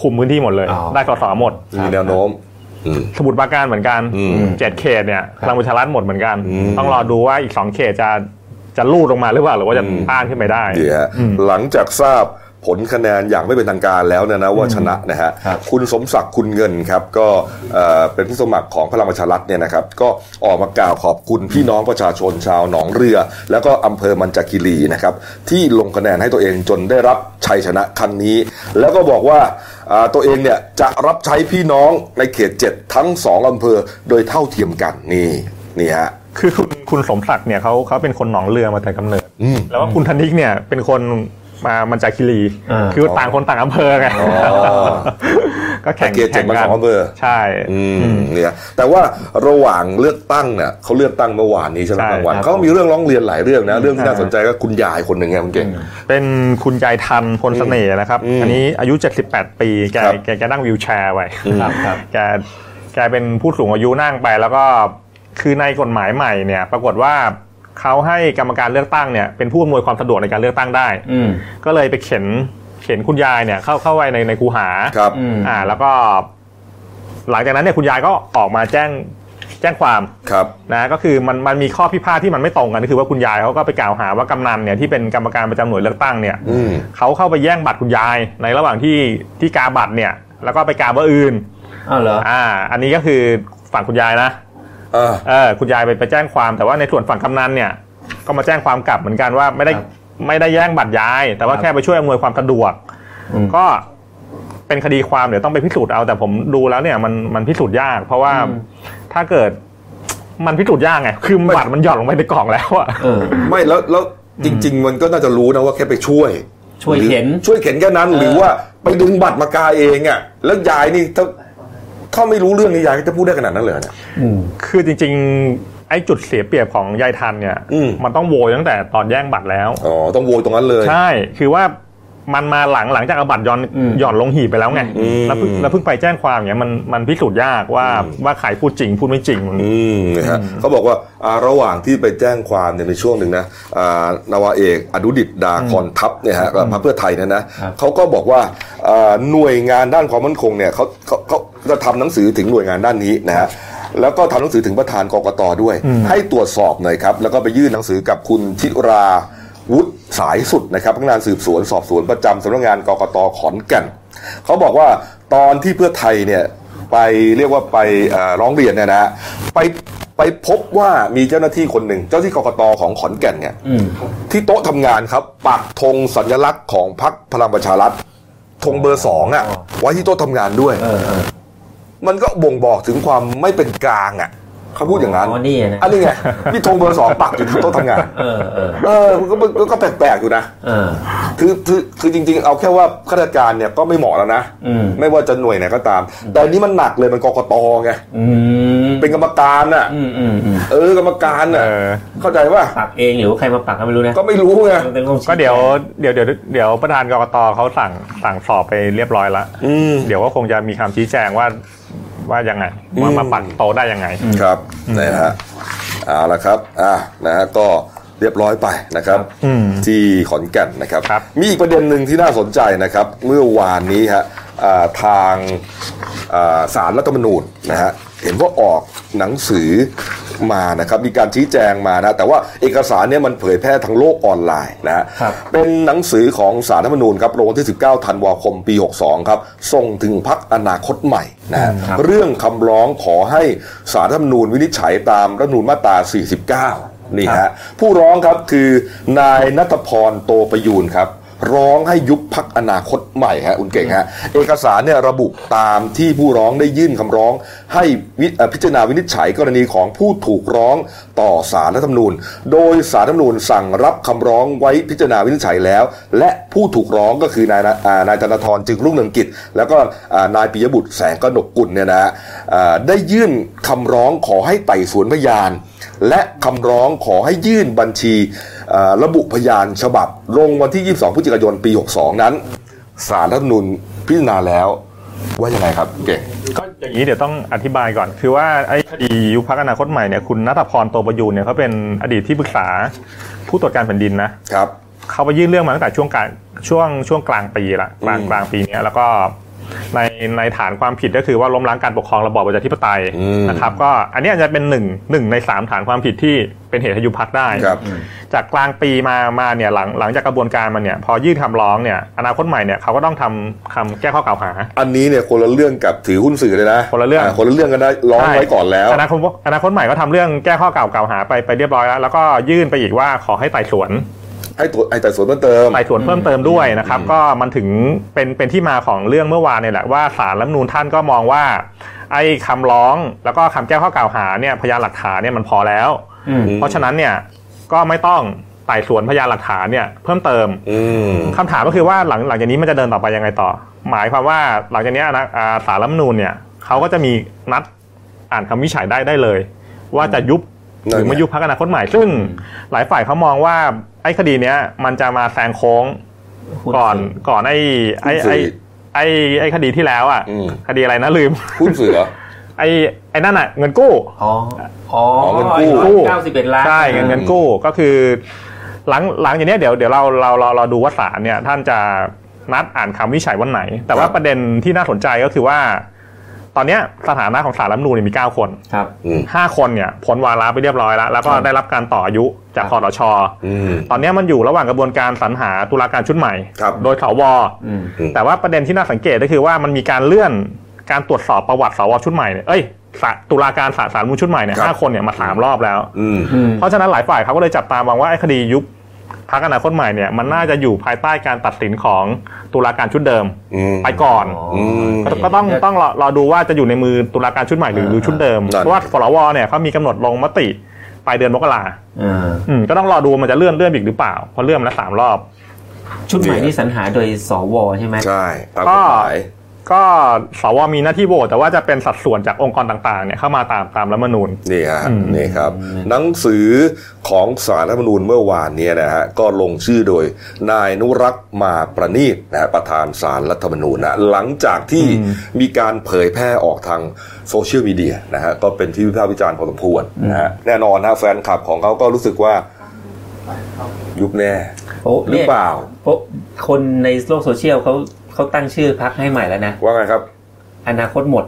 คุมพื้นที่หมดเลย
อ๋อ
ได้สสหมด
มีแนวโน้ม อืม
สมุทรปราการเหมือนกัน
อืม
เจ็ดเขตเนี่ยพลังประชารัฐหมดเหมือนกัน
อืม
ต้องรอดูว่าอีกสองเขตจะจะลูดลงมาหรือเปล่าหรือว่าจะ
อืม
ต้านขึ้นไปได้
ดีฮะหลังจากทราบผลคะแนนอย่างไม่เป็นทางการแล้วเนะนะว่าชนะนะฮะ
ครับ
คุณสมศักดิ์คุณเงินครับก็เอ่อเป็นผู้สมัครของพลังประชารัฐเนี่ยนะครับก็ออกมากล่าวขอบคุณพี่น้องประชาชนชาวหนองเรือ แล้วก็อำเภอมันจาคีรีนะครับที่ลงคะแนนให้ตัวเองจนได้รับชัยชนะครั้งนี้ แล้วก็บอกว่าอ่าตัวเองเนี่ยจะรับใช้พี่น้องในเขตเจ็ดทั้งสองอำเภอโดยเท่าเทียมกันนี่นี่ฮะ
คือคุณคุณสมศักดิ์เนี่ยเขาเขาเป็นคนหนองเรือมาแต่กำเนิด
อืม
แล้วว่าคุณธนิกเนี่ยเป็นคนมามันจากคิรี
อ่า
คือต่างคนต่างอำเภอไง ก็แข่ง
เกียรติเจ็ด
แข่ง
มา
กั
ส
น
องอำเภอ
ใช่
อืมเนี่ยแต่ว่าระหว่างเลือกตั้งเนี่ยเขาเลือกตั้งเมื่อวานนี้ใช่ไหมกลางวัน
ครับ
เขามีเรื่องร้องเรียนหลายเรื่องนะ เรื่องที่น่าสนใจก็คุณยายคนหนึ่งไงคุณเก่ง
เป็นคุณยายทันพลเสน่ห์นะครับ
อืม
อันนี้อายุ 78 ปีแก
ครับ
แกแกนั่งวิวแชร์ไว้
ครับครับ
แกแกเป็นผู้สูงอายุนั่งไปแล้วก็คือในกฎหมายใหม่เนี่ย ปรากฏว่าเขาให้กรรมการเลือกตั้งเนี่ยเป็นผู้อำนวยความสะดวกในการเลือกตั้งได้
อืม
ก็เลยไปเข็นเข็นคุณยายเนี่ยเข้าเข้าไปในในคูหา
ครับ
อืม
อ่าแล้วก็ หลังจากนั้นเนี่ยคุณยายก็ออกมาแจ้งแจ้งความ
ครับ
นะก็คือมันมันมีข้อพิพาทที่มันไม่ตรงกันก็คือว่าคุณยายเขาก็ไปกล่าวหาว่ากำนันเนี่ยที่เป็นกรรมการประจำหน่วยเลือกตั้งเนี่ย
อืม
เขาเข้าไปแย่งบัตรคุณยายในระหว่างที่ที่กาบัตรเนี่ย แล้วก็ไปกาเบอร์อื่น
อ้าวเหรอ
อ่า อันนี้ก็คือฝั่งคุณยายนะ
อ่า
เออคุณยายไปไปแจ้งความแต่ว่าในส่วนฝั่งกำนันเนี่ย ก็มาแจ้งความกลับเหมือนกันว่าไม่ได้
ครับ
ไม่ได้แย่งบัตรยาย แต่
ค
ว่า
รับ
แค่ไปช่วยอำนวยความสะดวก
อืม
ก็เป็นคดีความเดี๋ยวต้องไปพิสูจน์เอาแต่ผมดูแล้วเนี่ยมันมันพิสูจน์ยาก เพราะว่า
อืม
ถ้าเกิดมันพิสูจน์ยากไงคือบัตรมันหย่อนลงไปในกล่องแล้ว อะ
เออ
ไม่แล้วแล้วจริง ๆ มันก็น่าจะรู้นะว่าแค่ไปช่วย
ช่วยเข็น
หรือช่วยเข็นแค่นั้น หรือว่าไปดึงบัตรมากาเองอ่ะแล้วยายนี่ถ้าถ้าไม่รู้เรื่องนี้ยายก็จะพูดได้ขนาดนั้นเลยเนี่ย
อืม
คือจริง ๆ ไอ้จุดเสียเปรียบของยายทันเนี่ย
อืม
มันต้องโวยตั้งแต่ตอนแย่งบัตรแล้ว
อ๋อต้องโวยตรงนั้นเลย
ใช่ คือว่ามันมาหลังหลังจากเอาบัตรหย่อน
อืม
หย่อนลงหีบไปแล้วไง
อืม
แล้วเพิ่งแล้วเพิ่งไปแจ้งความเนี่ยมันมันพิสูจน์ยากว่า
อืม
ว่าใครพูดจริงพูดไม่จริงมัน
อืมนะฮะเขาบอกว่าอ่าระหว่างที่ไปแจ้งความเนี่ยในช่วงหนึ่งนะอ่านาวาเอกอดุดิตดาคอนทัพเนี่ยฮะพรรคเพื่อไทยเนี่ยนะครับ เขาก็บอกว่าอ่าหน่วยงานด้านความมั่นคงเนี่ยเขาเขาเขาจะทำหนังสือถึงหน่วยงานด้านนี้นะฮะแล้วก็ทำหนังสือถึงประธานกกตด้วย ให้ตรวจสอบหน่อยครับ แล้วก็ไปยื่นหนังสือกับคุณธิรา วุฒิสายสุดนะครับพนักงานสืบสวนสอบสวนประจำสำนักงานกกตขอนแก่นเขาบอกว่าตอนที่เพื่อไทยเนี่ยไปเรียกว่าไปเอ่อร้องเรียนเนี่ยนะฮะไปไปพบว่ามีเจ้าหน้าที่คนหนึ่งเจ้าหน้าที่กกตของขอนแก่นเนี่ย
อืม
ที่โต๊ะทำงานครับปักธงสัญลักษณ์ของพรรคพลังประชารัฐธงเบอร์สองอ่ะ
อ๋อ
ไว้ที่โต๊ะทำงานด้วย
เออเออ
มันก็บ่งบอกถึงความไม่เป็นกลางอ่ะเขาพูดอย่างนั้น
อ๋อนี่นะ
อันนี้ไงที่ธงเบอร์สองปักอยู่ที่โต๊ะทำงาน
เออเออ
เออมันก็มันก็แปลกๆอยู่นะ
เออ
คือคือคือจริงๆ เอาแค่ว่าข้าราชการเนี่ยก็ไม่เหมาะแล้วนะ
อืม
ไม่ว่าจะหน่วยไหนก็ตาม แต่อันนี้มันหนักเลยมันกกตไง
อืม
เป็นกรรมการน่ะ
อืมอืมอืม
เออกรรมการน่ะ
เออ
เข้าใจป่ะ
ปักเองหรือว่าใครมาปักก็ไม่รู้นะ
ก็ไม่รู้ไง
มันเป็นต้องชี้
ก็เดี๋ยวเดี๋ยวเดี๋ยวเดี๋ยวประธานกรกตเขาสั่งสั่งสอบไปเรียบร้อยแล้ว
อืม
เดี๋ยวก็คงจะมีคำชี้แจงว่าว่ายังไงว่ามาปักโตะได้ยังไง
ครับนะฮะ เอาละครับอ่ะนะฮะก็เรียบร้อยไปนะครับ
อืม
ที่ขอนแก่นนะครับ
ครับ
มีอีกประเด็นหนึ่งที่น่าสนใจนะครับ เมื่อวานนี้ฮะอ่าทางอ่าสารรัฐธรรมนูญนะฮะเห็นว่าออกหนังสือมานะครับ มีการชี้แจงมานะแต่ว่าเอกสารเนี่ยมันเผยแพร่ทางโลกออนไลน์นะฮะ
ครับ
เป็นหนังสือของสารรัฐธรรมนูญครับลงวันที่ 19ธันวาคมปี 62 ครับ ส่งถึงพักอนาคตใหม่นะฮะ
ครับ
เรื่องคำร้องขอให้สารรัฐธรรมนูญวินิจฉัยตามรัฐธรรมนูญมาตรา 49 นี่ฮะผู้ร้องครับคือนายนัทพรโตประยูนครับ ร้องให้ยุบพักอนาคตใหม่ฮะคุณเก่งฮะเอกสารเนี่ยระบุตามที่ผู้ร้องได้ยื่นคำร้อง ให้วิเอ่อพิจารณาวินิจฉัยกรณีของผู้ถูกร้องต่อสารรัฐธรรมนูญ โดยสารรัฐธรรมนูญสั่งรับคำร้องไว้พิจารณาวินิจฉัยแล้ว และผู้ถูกร้องก็คือนายนะอ่านายธนาธรจึงรุ่งเรืองกิจ แล้วก็อ่านายปิยบุตรแสงกนกกุลเนี่ยนะฮะอ่าได้ยื่นคำร้องขอให้ไต่สวนพยาน และคำร้องขอให้ยื่นบัญชีเอ่อระบุพยานฉบับ ลงวันที่ 22 พฤศจิกายน ปี 62 นั้นสารรัฐธรรมนุนพิจารณาแล้ว ว่ายังไงครับเก่ง
ก็อย่างนี้เดี๋ยวต้องอธิบายก่อน คือว่าไอ้คดียุบพักอนาคตใหม่เนี่ยคุณนัทพรโตประยูนเนี่ยเขาเป็นอดีตที่ปรึกษาผู้ตรวจการแผ่นดินนะ
ครับ
เขาไปยื่นเรื่องมาตั้งแต่ช่วงกลางช่วงช่วงกลางปีละกลาง
อืม
กลางปีเนี้ยแล้วก็ในในฐานความผิดก็คือว่าล้มล้างการปกครองระบอบประชาธิปไตยนะครับ ก็อันเนี้ยจะเป็นหนึ่งหนึ่งในสามฐานความผิดที่เป็นเหตุให้ยุบพักได้
ครับ
จากกลางปีมามาเนี่ยหลังหลังจากกระบวนการมันเนี่ยพอยื่นคำร้องเนี่ยอนาคตใหม่เนี่ยเขาก็ต้องทำคำแก้ข้อกล่าวหา
อันนี้เนี่ยคนละเรื่องกับถือหุ้นสื่อเลยนะ
คนละเรื่อง
าคนละเรื่องกันนะร้องไว้ก่อนแล้ว
อนาคตอนาคตใหม่ก็ทำเรื่องแก้ข้อกล่าวกล่าวหาไปไปเรียบร้อยแล้วแล้วก็ยื่นไปอีกว่าขอให้ไต่สวน
ให้ตรวจให้ไต่สวนเพิ่มเติม
ไต่สวนเพิ่มเติมด้วยนะครับ ก็มันถึงเป็นเป็นที่มาของเรื่องเมื่อวานเนี่ยแหละว่าสารรัฐธรรมนูญท่านก็มองว่า ไอ้คำร้องแล้วก็คำแก้ข้อกล่าวหาเนี่ยพยานหลักฐานเนี่ยมันพอแล้ว
อืม
เพราะฉะนั้นเนี่ยก็ไม่ต้องไต่สวนพยานหลักฐานเนี่ยเพิ่มเติม
อืม
คำถามก็คือว่าหลังหลังจากนี้มันจะเดินต่อไปยังไงต่อ หมายความว่าหลังจากเนี้ยนะอ่าสารรัฐธรรมนูญเนี่ยเขาก็จะมีนัดอ่านคำวินิจฉัยได้ได้เลย ว่าจะยุบหรือไม่ยุบพักอนาคตใหม่ซึ่ง หลายฝ่ายเขามองว่าไอ้คดีเนี้ยมันจะมาแซงโค้ง ก่อนก่อนไอ้
หุ้น
ไอ้
สื่
ไอ้
อ
ไอ้ไอ้คดีที่แล้วอ่ะ
อืม
คดีอะไรนะลืม
หุ้นสื่อเหรอ
ไอ้ไอ้นั่นอ่ะเงินกู้
อ๋ออ๋อ
อ๋อเงินกู้
เก้าสิบเอ็ดล้าน
ใช่เงินเงินกู้ก็คือ หลังหลังอย่างนี้ยเดี๋ยวเดี๋ยวเราเราเราเราดูว่าศาลเนี่ยท่านจะนัดอ่านคำวินิจฉัยวันไหน แต่ว่า
ครับ
ประเด็นที่น่าสนใจก็คือว่า ตอนเนี้ยสถานะของศาลรัฐธรรมนูญเนยมี 9 คน
ครับ
อืม
5 คนเนี่ยพ้นวาระไปเรียบร้อยแล้ว แล้วก็
ครับ
ได้รับการต่ออายุจากคอรช
อืม
ตอนเนี้ยมันอยู่ระหว่างกระบวนการสรรหาตุลาการชุดใหม่
ครับ
โดยสว
อืม
อืม
แต่ว่าประเด็นที่น่าสังเกตก็คือว่ามันมีการเลื่อนการตรวจสอบประวัติสวชุดใหม่เนี่ยเอ้ยสะตุลาการศาลสารมูลชุดใหม่เนี่ย
ครับ
ห้าคนเนี่ยมาสามรอบแล้ว
อืม
อืม
เพราะฉะนั้นหลายฝ่ายเขาก็เลยจับตามองว่าไอ้คดียุบพักอนาคตใหม่เนี่ยมันน่าจะอยู่ภายใต้การตัดสินของตุลาการชุดเดิม
อืม
ไปก่อน
อืม
ก็ก็ต้องต้องรอรอดูว่าจะอยู่ในมือตุลาการชุดใหม่หรือหรือชุดเดิม
นั่น
เพราะว่าสวเนี่ยเขามีกำหนดลงมติปลายเดือนมกรา
อ่า
อืมก็ต้องรอดูว่ามันจะเลื่อนเลื่อนอีกหรือเปล่าเพราะเลื่อนมาแล้วสามรอบ
ชุดใหม่ที่สรรหาโดยสวใช่ไหม
ใช่ตามกฎหมาย
ก็สวมีหน้าที่โหวตแต่ว่าจะเป็นสัดส่วนจากองค์กรต่างๆเนี่ยเข้ามาตามตามรัฐธรรมนูญ
นี่ฮะ
อืม
นี่ครับ หนังสือของสารรัฐธรรมนูญเมื่อวานเนี้นะฮะก็ลงชื่อโดยนายนุรักษ์มาประณีตนะฮะประธานสารรัฐธรรมนูญนะหลังจากที่มีการเผยแพร่ออกทางโซเชียลมีเดียนะฮะก็เป็นที่วิพากษ์วิจารณ์พอสมควรนะฮะแน่นอนนะแฟนคลับของเขาก็รู้สึกว่า ยุบแน่
โอ้
หรือ
เนี่ย
เปล่า
โอ้คนในโลกโซเชียลเขาเขาตั้งชื่อพักให้ใหม่แล้วนะ
ว่าไงครับ
อนาคตหมด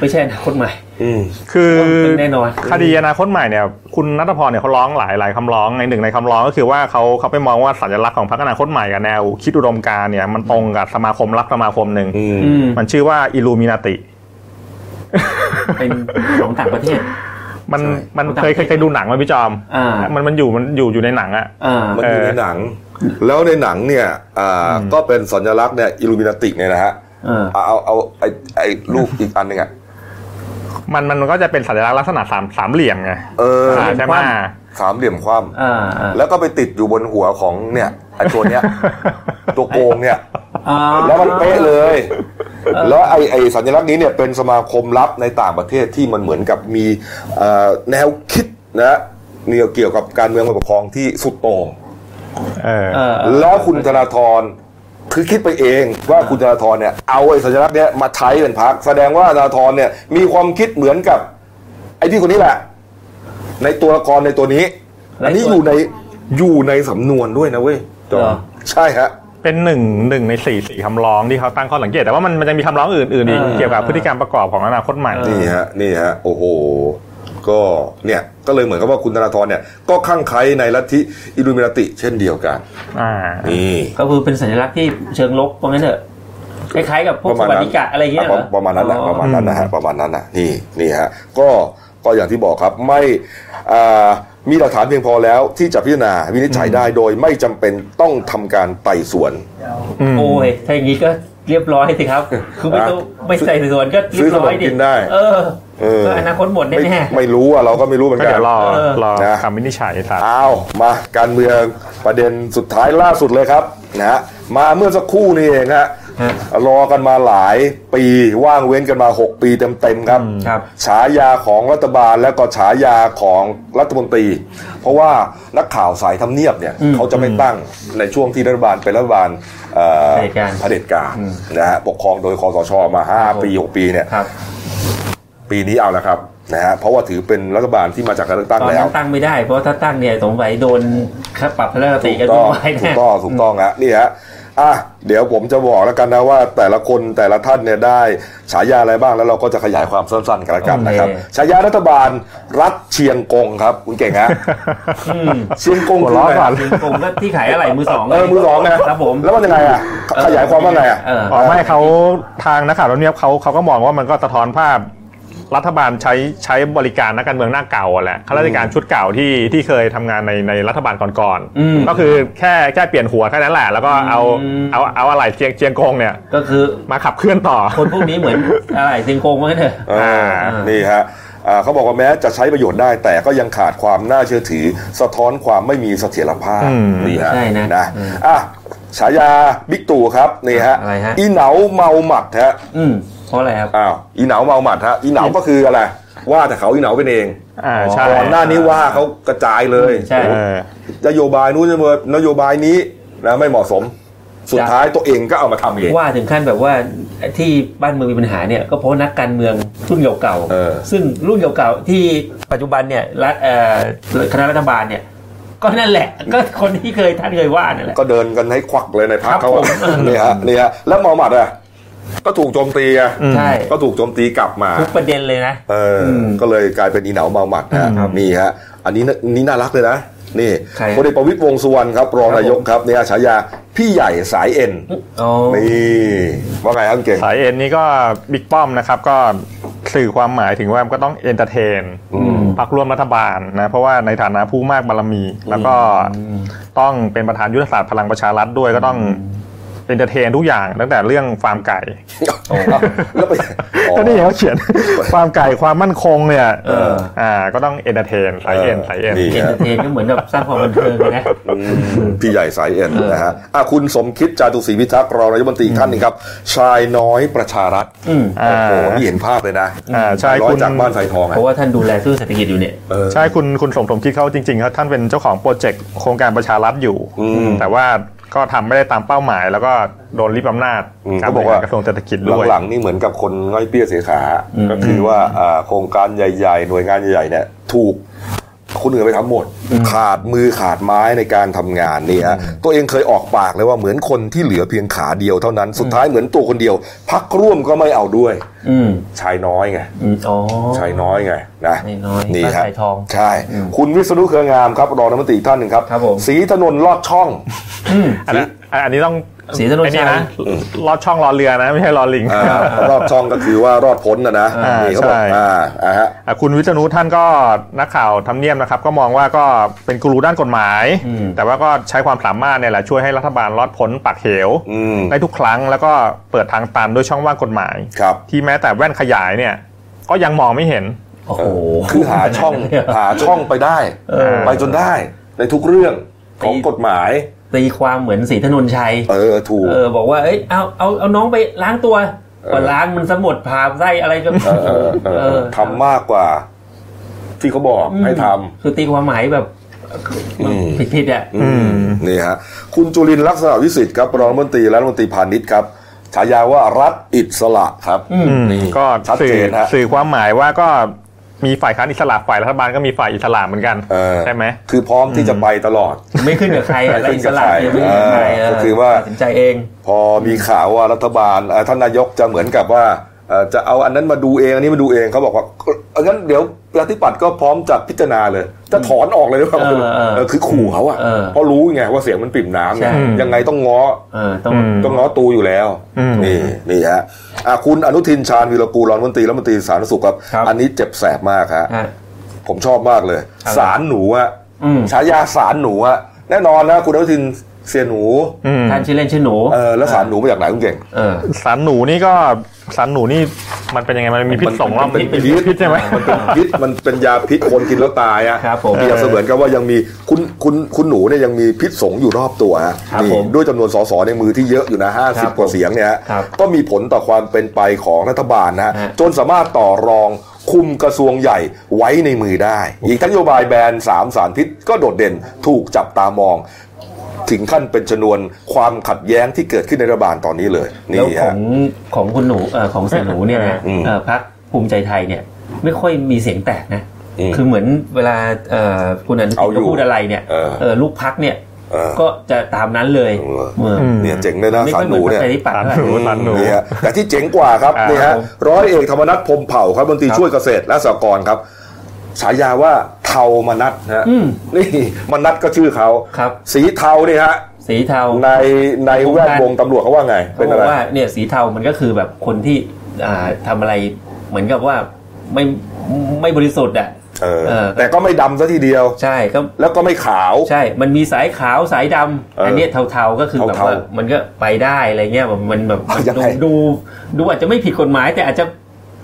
ไม่ใช่อนาคตใหม่
อืม
คือ
เป็นแน่นอน
คดีอนาคตใหม่เนี่ยคุณนัทพรเนี่ยเขาร้องหลายหลายคำร้องในหนึ่งในคำร้องก็คือว่าเขาเขาไปมองว่าสัญลักษณ์ของพรรคอนาคตใหม่กับแนวคิดอุดมการณ์เนี่ยมันตรงกับสมาคมรักสมาคมหนึ่ง
อืม
อืม
มันชื่อว่าอิลูมินาติ
เป็นของต่างประเทศ
มัน
ใช่
มันเคยเคยเคยดูหนังไหมาพี่จอม
อ่า
มันมันอยู่มันอยู่อยู่ในหนังอะ
อ่า
มันอยู่
เออ
ในหนัง แล้วในหนังเนี่ยอ่าก็เป็นสัญลักษณ์เนี่ยอิลูมินาติเนี่ยนะฮะ
เออ
เอาเอาเอาไอ้ไอ้รูปอีกอันหนึ่งอ่ะ
มันมันก็จะเป็นสัญลักษณ์ลักษณะสามสามเหลี่ยมไง
เออ
อ่าใช่ไหม
สามเหลี่ยมคว่ำ
อ่าอ่า
แล้วก็ไปติดอยู่บนหัวของเนี่ยไอ้ตัว เนี้ย ตัวโกงเนี่ย
อ่า
แล้วมันเป๊ะเลย แล้วไอ้ไอ้สัญลักษณ์นี้เนี่ยเป็นสมาคมลับในต่างประเทศที่มันเหมือนกับมีเอ่อแนวคิดนะเนี่ยเกี่ยวกับการเมืองการปกครองที่สุดโต่ง
เออ
เออ
แล้วคุณธนาธรคือคิดไปเองว่าคุณธนาธรเนี่ยเอาไอ้สัญลักษณ์เนี้ยมาใช้เป็นพักแสดงว่าธนาธรเนี่ยมีความคิดเหมือนกับ ไอ้ที่คนนี้แหละ ในตัวละครในตัวนี้ อันนี้อยู่ในอยู่ในสำนวนด้วยนะเว้ยจอ
เหร
ม
อ
ใช่ฮะ
เป็นหนึ่งหนึ่งในสี่สี่คำร้องที่เขาตั้งข้อสังเกต แต่ว่ามันมันจะมีคำร้องอื่นๆอีก
เออ
เกี่ยวกับพฤติกรรมประกอบของอนาคตใหม่
เออ
นี่ฮะนี่ฮะโอ้โห ก็เนี่ยก็เลยเหมือนกับว่าคุณธนาธรเนี่ย ก็ข้างไคล้ในลัทธิอิลูมินาติ เช่นเดียวกัน
อ่า
นี่
ก็คือเป็นสัญลักษณ์ที่เชิงลบตรงนั้นเถอะคล้ายๆกับพวก
ประ
ส
มาณ
วัส
นั้น
ดิกะอะไรอย่างเงี้ยเหรอ
ประมาณนั้นแหละประมาณนั้นนะฮะประมาณนั้นนะนี่นี่ฮะก็ก็อย่างที่บอกครับไม่อ่ามีหลักฐานเพียงพอแล้วที่จะพิจารณาวินิจฉัยได้โดยไม่จำเป็นต้องทำการไต่สวน
โอ้ย ถ้าอย่างนี้ก็เรียบร้อยสิครับ คือไม่ต้องไม่ใส่สวนก็เรียบร้อย
ซื้อขนมกินได้
เออ
เออ
ก็อนาคตหมด
ไม่
แน่
ไม่รู้อ่ะเราก็ไม่รู้เหมือน
ก็
กัน
เดี๋ยวรอ
เออ
รอ
นะ
คำวินิจฉัยสาร
เอามาการเมืองประเด็นสุดท้ายล่าสุดเลยครับนะฮะมาเมื่อสักครู่นี่เองฮะ
ฮะ
รอกันมาหลายปีว่างเว้นกันมา 6 ปีเต็มๆครับ
ครับ
ฉายาของรัฐบาลและก็ฉายาของรัฐมนตรี เพราะว่านักข่าวสายทำเนียบเนี่ยเขาจะไม่ตั้งในช่วงที่รัฐบาลเป็นรัฐบาลเอ่อ
เผด็จการ
เผด็จการนะฮะปกครองโดยคอสชมาห้า
ครับผม
ปีหกปีเนี่ย
ๆครับ
ปีนี้เอาละครับนะฮะเพราะว่าถือเป็นรัฐบาลที่มาจากการเลือกตั้ง
ตอน
แล้
นั้
ว
นตั้งไม่ได้ เพราะถ้าตั้งเนี่ยสงสัยโดนครับปรับพระราชติกัน
ถูก
ยุ่ง
ต้อง
ไว้
ถู
แน่
กต้องถูกต้องฮะนี่ฮะอ่ะเดี๋ยวผมจะบอกแล้วกันนะว่าแต่ละคนแต่ละท่านเนี่ยได้ฉายาอะไรบ้างแล้วเราก็จะขยายความสั้นๆกันแล้วกันนะครับ
โอเค
ฉายารัฐบาลรัฐเชียงกงครับ คุณเก่งฮะ
อืม
เชียงกง
หัว
คืออะ
เราะ
ไร
ก่อน
จริงผมก็ที่ขายอะไรมือสอง
เออมือสองนะครับ
ผม
แล้วมันยังไงอ่ะขยายความว่าไงอ่ะ
เออ
อ๋อไม่เขาทางนักข่าวเราเนียบเขาเขาก็มองว่ามันก็สะท้อนภาพ รัฐบาลใช้ใช้บริการนักการเมืองหน้าเก่าอะแหละข้าราชการชุดเก่าที่ที่เคยทำงานในในรัฐบาลก่อน
อืม
ก็คือแค่แค่เปลี่ยนหัวแค่นั้นแหละ แล้วก็เอา
อืม
เอาเอาอะไรเจียงเจียงกงเนี่ย
ก็คือ
มาขับเคลื่อนต่อ
คนพวกนี้เหมือนอะไรซิงโกงมั้งเถอะ
อ่า
อ่านี่
นี่ฮะอ่าเขาบอกว่าแม้จะใช้ประโยชน์ได้ แต่ก็ยังขาดความน่าเชื่อถือ สะท้อนความไม่มีเสถียรภาพ
อืม
นี่ฮะ
ใช่นะ
นะ
อืม
อ่ะฉายาบิ๊กตู่ครับนี่ฮะ
อะไรฮะ
อีเหนาเมาหมัดฮะ
อืมเพราะอะไรครับ
อ้าวอีเหนาเมาหมัดฮะอีเหนาก็คืออะไร ว่าแต่เขาอีเหนาเป็นเอง
อ่าใช่
ก่อนหน้านี้ว่าเขากระจายเลย
ใช่
เออ
นโยบายนู้นนโยบายนี้นะไม่เหมาะสม สุดท้ายตัวเองก็เอามาทำเอง
ว่าถึงขั้นแบบว่าที่บ้านเมืองมีปัญหาเนี่ยก็เพราะนักการเมืองรุ่นเก่า
เออ
ซึ่งรุ่นเก่าๆที่ปัจจุบันเนี่ยรัฐเอ่อคณะรัฐบาลเนี่ย ก็นั่นแหละ ก็คนที่เคยท่านเคยว่านั่นแหละ
ก็เดินกันให้ควักเลยในพักเขาอะ
ครับผม
นี่ฮะนี่ฮะแล้วเมาหมัดอ่ะก็ถูกโจมตีอะ
อืม
ใช่
ก็ถูกโจมตีกลับมา
ทุกประเด็นเลยนะ
เอออ
ม
ก็เลยกลายเป็นอีเหนาเมาหมัดฮะนี่ฮะอันนี้น่ะนี่น่ารักเลยนะนี่
ใคร
พลเอกประวิตรวงษ์สุวรรณครับรองนายกครับเนี่ยฉายาพี่ใหญ่สายเอ็น
อ๋อ
นี่ว่าไงครับคุณเก่ง
สายเอ็นนี่ก็บิ๊กป้อมนะครับก็สื่อความหมายถึงว่ามันก็ต้องเอนเตอร์เทนพักร่วมรัฐบาลนะเพราะว่าในฐานะผู้มากบารมี แล้วก็ต้องเป็นประธานยุทธศาสตร์พลังประชารัฐด้วยก็ต้องเอนเตอร์เทนทุกอย่างตั้งแต่เรื่องฟาร์มไก่
แล้วไปอ๋อ
ก็นี่เขาเขียน ฟาร์มไก่ความมั่นคงเนี่ย
เออ
อ่าก็ต้องเอนเตอร์เทนสายเอ็น
เออ
สายเอ็น
ดี
เอนเตอร์เทนก็เหมือนแบบสร้างความบันเทิง เลยนะ
พี่ใหญ่สายเอ็นนะฮะอ่ะคุณสมคิดจาตุศรีพิทักษ์รองนายกบัญชีท่านหนึงครับ ชายน้อยประชารัฐ
อืม
โอ้โหนี่เห็นภาพเลยนะ
อ่าใช่
ชายน้อย
คุณ
จากบ้านสายทอง
เพ
อ่ะ
ราะว่าท่านดูแลเรื่องเศรษฐกิจอยู่เนี่ย
เออ
ใช่คุณคุณสมสมคิดเขาจริงๆครับท่านเป็นเจ้าของโปรเจกต์โครงการประชารัฐอยู่
อืม
แต่ว่าก็ทำไม่ได้ตามเป้าหมาย แล้วก็โดนริบอำนาจการบริหารกระทรวงเศรษฐกิจด้วย
หลังๆนี่เหมือนกับคนง่อยเปี้ยเสียขา
อืม
ก็คือว่าอ่าโครงการใหญ่ ๆ หน่วยงานใหญ่ๆเนี่ยถูกคนอื่นไปทำหมด ขาดมือขาดไม้ในการทำงานนี่ฮะตัวเองเคยออกปากเลยว่าเหมือนคนที่เหลือเพียงขาเดียวเท่านั้นสุดท้ายเหมือนตัวคนเดียวพักร่วมก็ไม่เอาด้วย
อืม
ชายน้อยไง
อืมอ๋อ
ชายน้อยไงนะ
ชายน้อย
นี่ครับ
บ้านสายทอง
ใช่
อืม
คุณวิษณุเครืองามครับรองรัฐมนตรีอีกท่านหนึ่งครับ
ครับผม
สีถนนลอดช่อง
อืม
อันนั้นอันอันนี้ต้อง
ศรีถนน
ไอ้นะ
ชัย
ลอดช่องลอเรือนะ ไม่ใช่ลอลิง
อ่ารอดช่องก็คือว่ารอดพ้นนะนะ
อ่านี่
นี่เขาบอก
ใช่
อ่าอ่าฮะ
อ่ะคุณวิษณุท่านก็นักข่าวทำเนียมนะครับ ก็มองว่าก็เป็นกูรูด้านกฎหมาย
อืม
แต่ว่าก็ใช้ความสามารถเนี่ยแหละช่วยให้รัฐบาลรอดพ้นปากเหว
อืม
ได้ทุกครั้งแล้วก็เปิดทางตันด้วยช่องว่างกฎหมาย
ครับ
ที่แม้แต่แว่นขยายเนี่ย ก็ยังมองไม่เห็น
โอ้โห
คือหาช่องหาช่องไปได้
เออ
ไปจนได้ ในทุกเรื่องของ
ตี
กฎหมาย
ตีความเหมือนศรีถนนชัย
เออถูก
เออบอกว่าเอ้ยเอาเอาเอาน้องไปล้างตัวก็ล้างมันสมดผ่าไส้อะไรก็
เออเออเออ
เออ
ทำมากกว่า ที่เขาบอกให้ทำ
คือตีความหมายแบบผิดผิดๆอ่ะ
นี่ฮะคุณจุลินทร์ลักษณะวิสิทธิ์ครับรองรัฐมนตรีและรัฐมนตรีพาณิชย์ครับฉายาว่ารัฐอิสระครับ
อืม
นี่
ก็
ชัด
สื่
เจ
อน
ฮะ
สื่อความหมายว่าก็ มีฝ่ายค้านอิสระฝ่ายรัฐบาลก็มีฝ่ายอิสระเหมือนกัน
เออ
ใช่ไหม
คือพร้อมที่จะไปตลอด
ไม่ขึ้นกับใครอะไร
ไม่ขึ้
อิ
น
ส
กับ
ระ
ใคร
เนี่ยไม่ขึ้นกับใคร
เออ
เออ
ก็คือว่า
ตัดสินใจเอง
พอมีข่าวว่ารัฐบาลเอ่อท่านนายกจะเหมือนกับว่าเอ่อจะเอาอันนั้นมาดูเองอันนี้มาดูเองเขาบอกว่าเอ่อเอางั้นเดี๋ยวประชาธิปัตย์ก็พร้อมจะพิจารณาเลย จะถอนออกเลยหรือเปล่า
เออเออ
เออคือขู่เขาอะ
เออ
เพราะรู้ไงว่าเสียงมันปริ่มน้ำไง
ใช่
ยังไงต้องง้อ
เออต้อง
ม
ต้องง้อตูอยู่แล้ว
อืม
นี่นี่ฮะอ่ะคุณอนุทินชาญวีรกูลรองมนตรีรัฐมนตรีสาธารณสุขครับ
ครับ
อันนี้เจ็บแสบมากฮะ
ฮะ
ผมชอบมากเลย
ครับ
สารหนูอะ
อืม
ฉายาสารหนูอะแน่นอนนะคุณอนุทินเสียหนู
อืม
ท่านชื่อเล่นชื่อหนู
เออแล้วสารหนูมาจากไหนคุณเก่ง
เออ
สารหนูนี่ก็สารหนูนี่มันเป็นยังไงมันมีพิษ
มัน
สงรอบ
มันเป็นพิษ
พิษใช่ไหม
มันเป็น
พิษมันเป็นยาพิษคนกินแล้วตายอะ
ครับผม
เปรียบเสมือนกับว่ายังมีคุณคุณคุณหนูเนี่ยยังมีพิษสงอยู่รอบตัวฮะ
ครับ
นี่
ผม
ด้วยจำนวนสสในมือที่เยอะอยู่นะห้า
ค
สิ
รั
บบ กว่าเสียงเนี่ยฮะ
ครับ
ก็มีผลต่อความเป็นไปของรัฐบาลนะฮะ
ฮะ
จนสามารถต่อรองคุมกระทรวงใหญ่ไว้ในมือได้ อีกทั้งนโยบายแบนสามสารพิษก็โดดเด่นถูกจับตามอง ถึงขั้นเป็นชนวนความขัดแย้งที่เกิดขึ้นในรัฐบาลตอนนี้เลยนี่
แล้วขอ
ฮะ
งของคุณหนูเอ่อของเสียหนูเนี่ยนะ
อืม
เอ่อพักภูมิใจไทยเนี่ย ไม่ค่อยมีเสียงแตกนะ
อืม
คือเหมือนเวลาเอ่อคุณอนุทิ
เอา
น
อยู่
จะพูดอะไรเนี่ย
เออ
เออลูกพักเนี่ย
เออ
ก็จะตามนั้นเลย
เออ
เออ
อืม
เนี่ยเจ๋งเลยนะ
ไม่
สา
ค่
ร
อย
ห
เหมือ
นู
นประ
เนี่ย
ชาธิปัตย์เท่าไหร่
สารห ตันหนู
ฮะแต่ที่เจ๋งกว่าครับ
อ่า
นี่
ครั
ฮะ
บผม
ร้อยเอกธรรมนัฐพรหมเผ่าครับรัฐมนตรี
ครับ
ช่วยเกษตรและสหกรณ์ครับฉายาว่าเทามนัทฮะ
อืม
นี่มนัทก็ชื่อเขา
ครับ
สีเทานี่ฮะ
สีเทา
ในใน
ผม
แว
ว่า
ดวงตำรวจเขาว่าไง
เขา
เป็น
บอ
อะไร
กว่าเนี่ยสีเทามันก็คือแบบคนที่อ่าทำอะไรเหมือนกับว่าไม่ไม่บริสุทธิ์อ่ะ
เออ
เออ
แต่ก็ไม่ดำซะทีเดียว
ใช่ก็
แล้วก็ไม่ขาว
ใช่ มันมีสายขาวสายดำ
เอออั
อันเนี้ยเทาๆก็คือแบบ
เทาๆ
ว่ามันก็ไปได้อะไรเงี้ยแบบมันแบบมัน
ยัง
ดู
ไง
ดูดูอาจจะไม่ผิดกฎหมาย แต่อาจจะ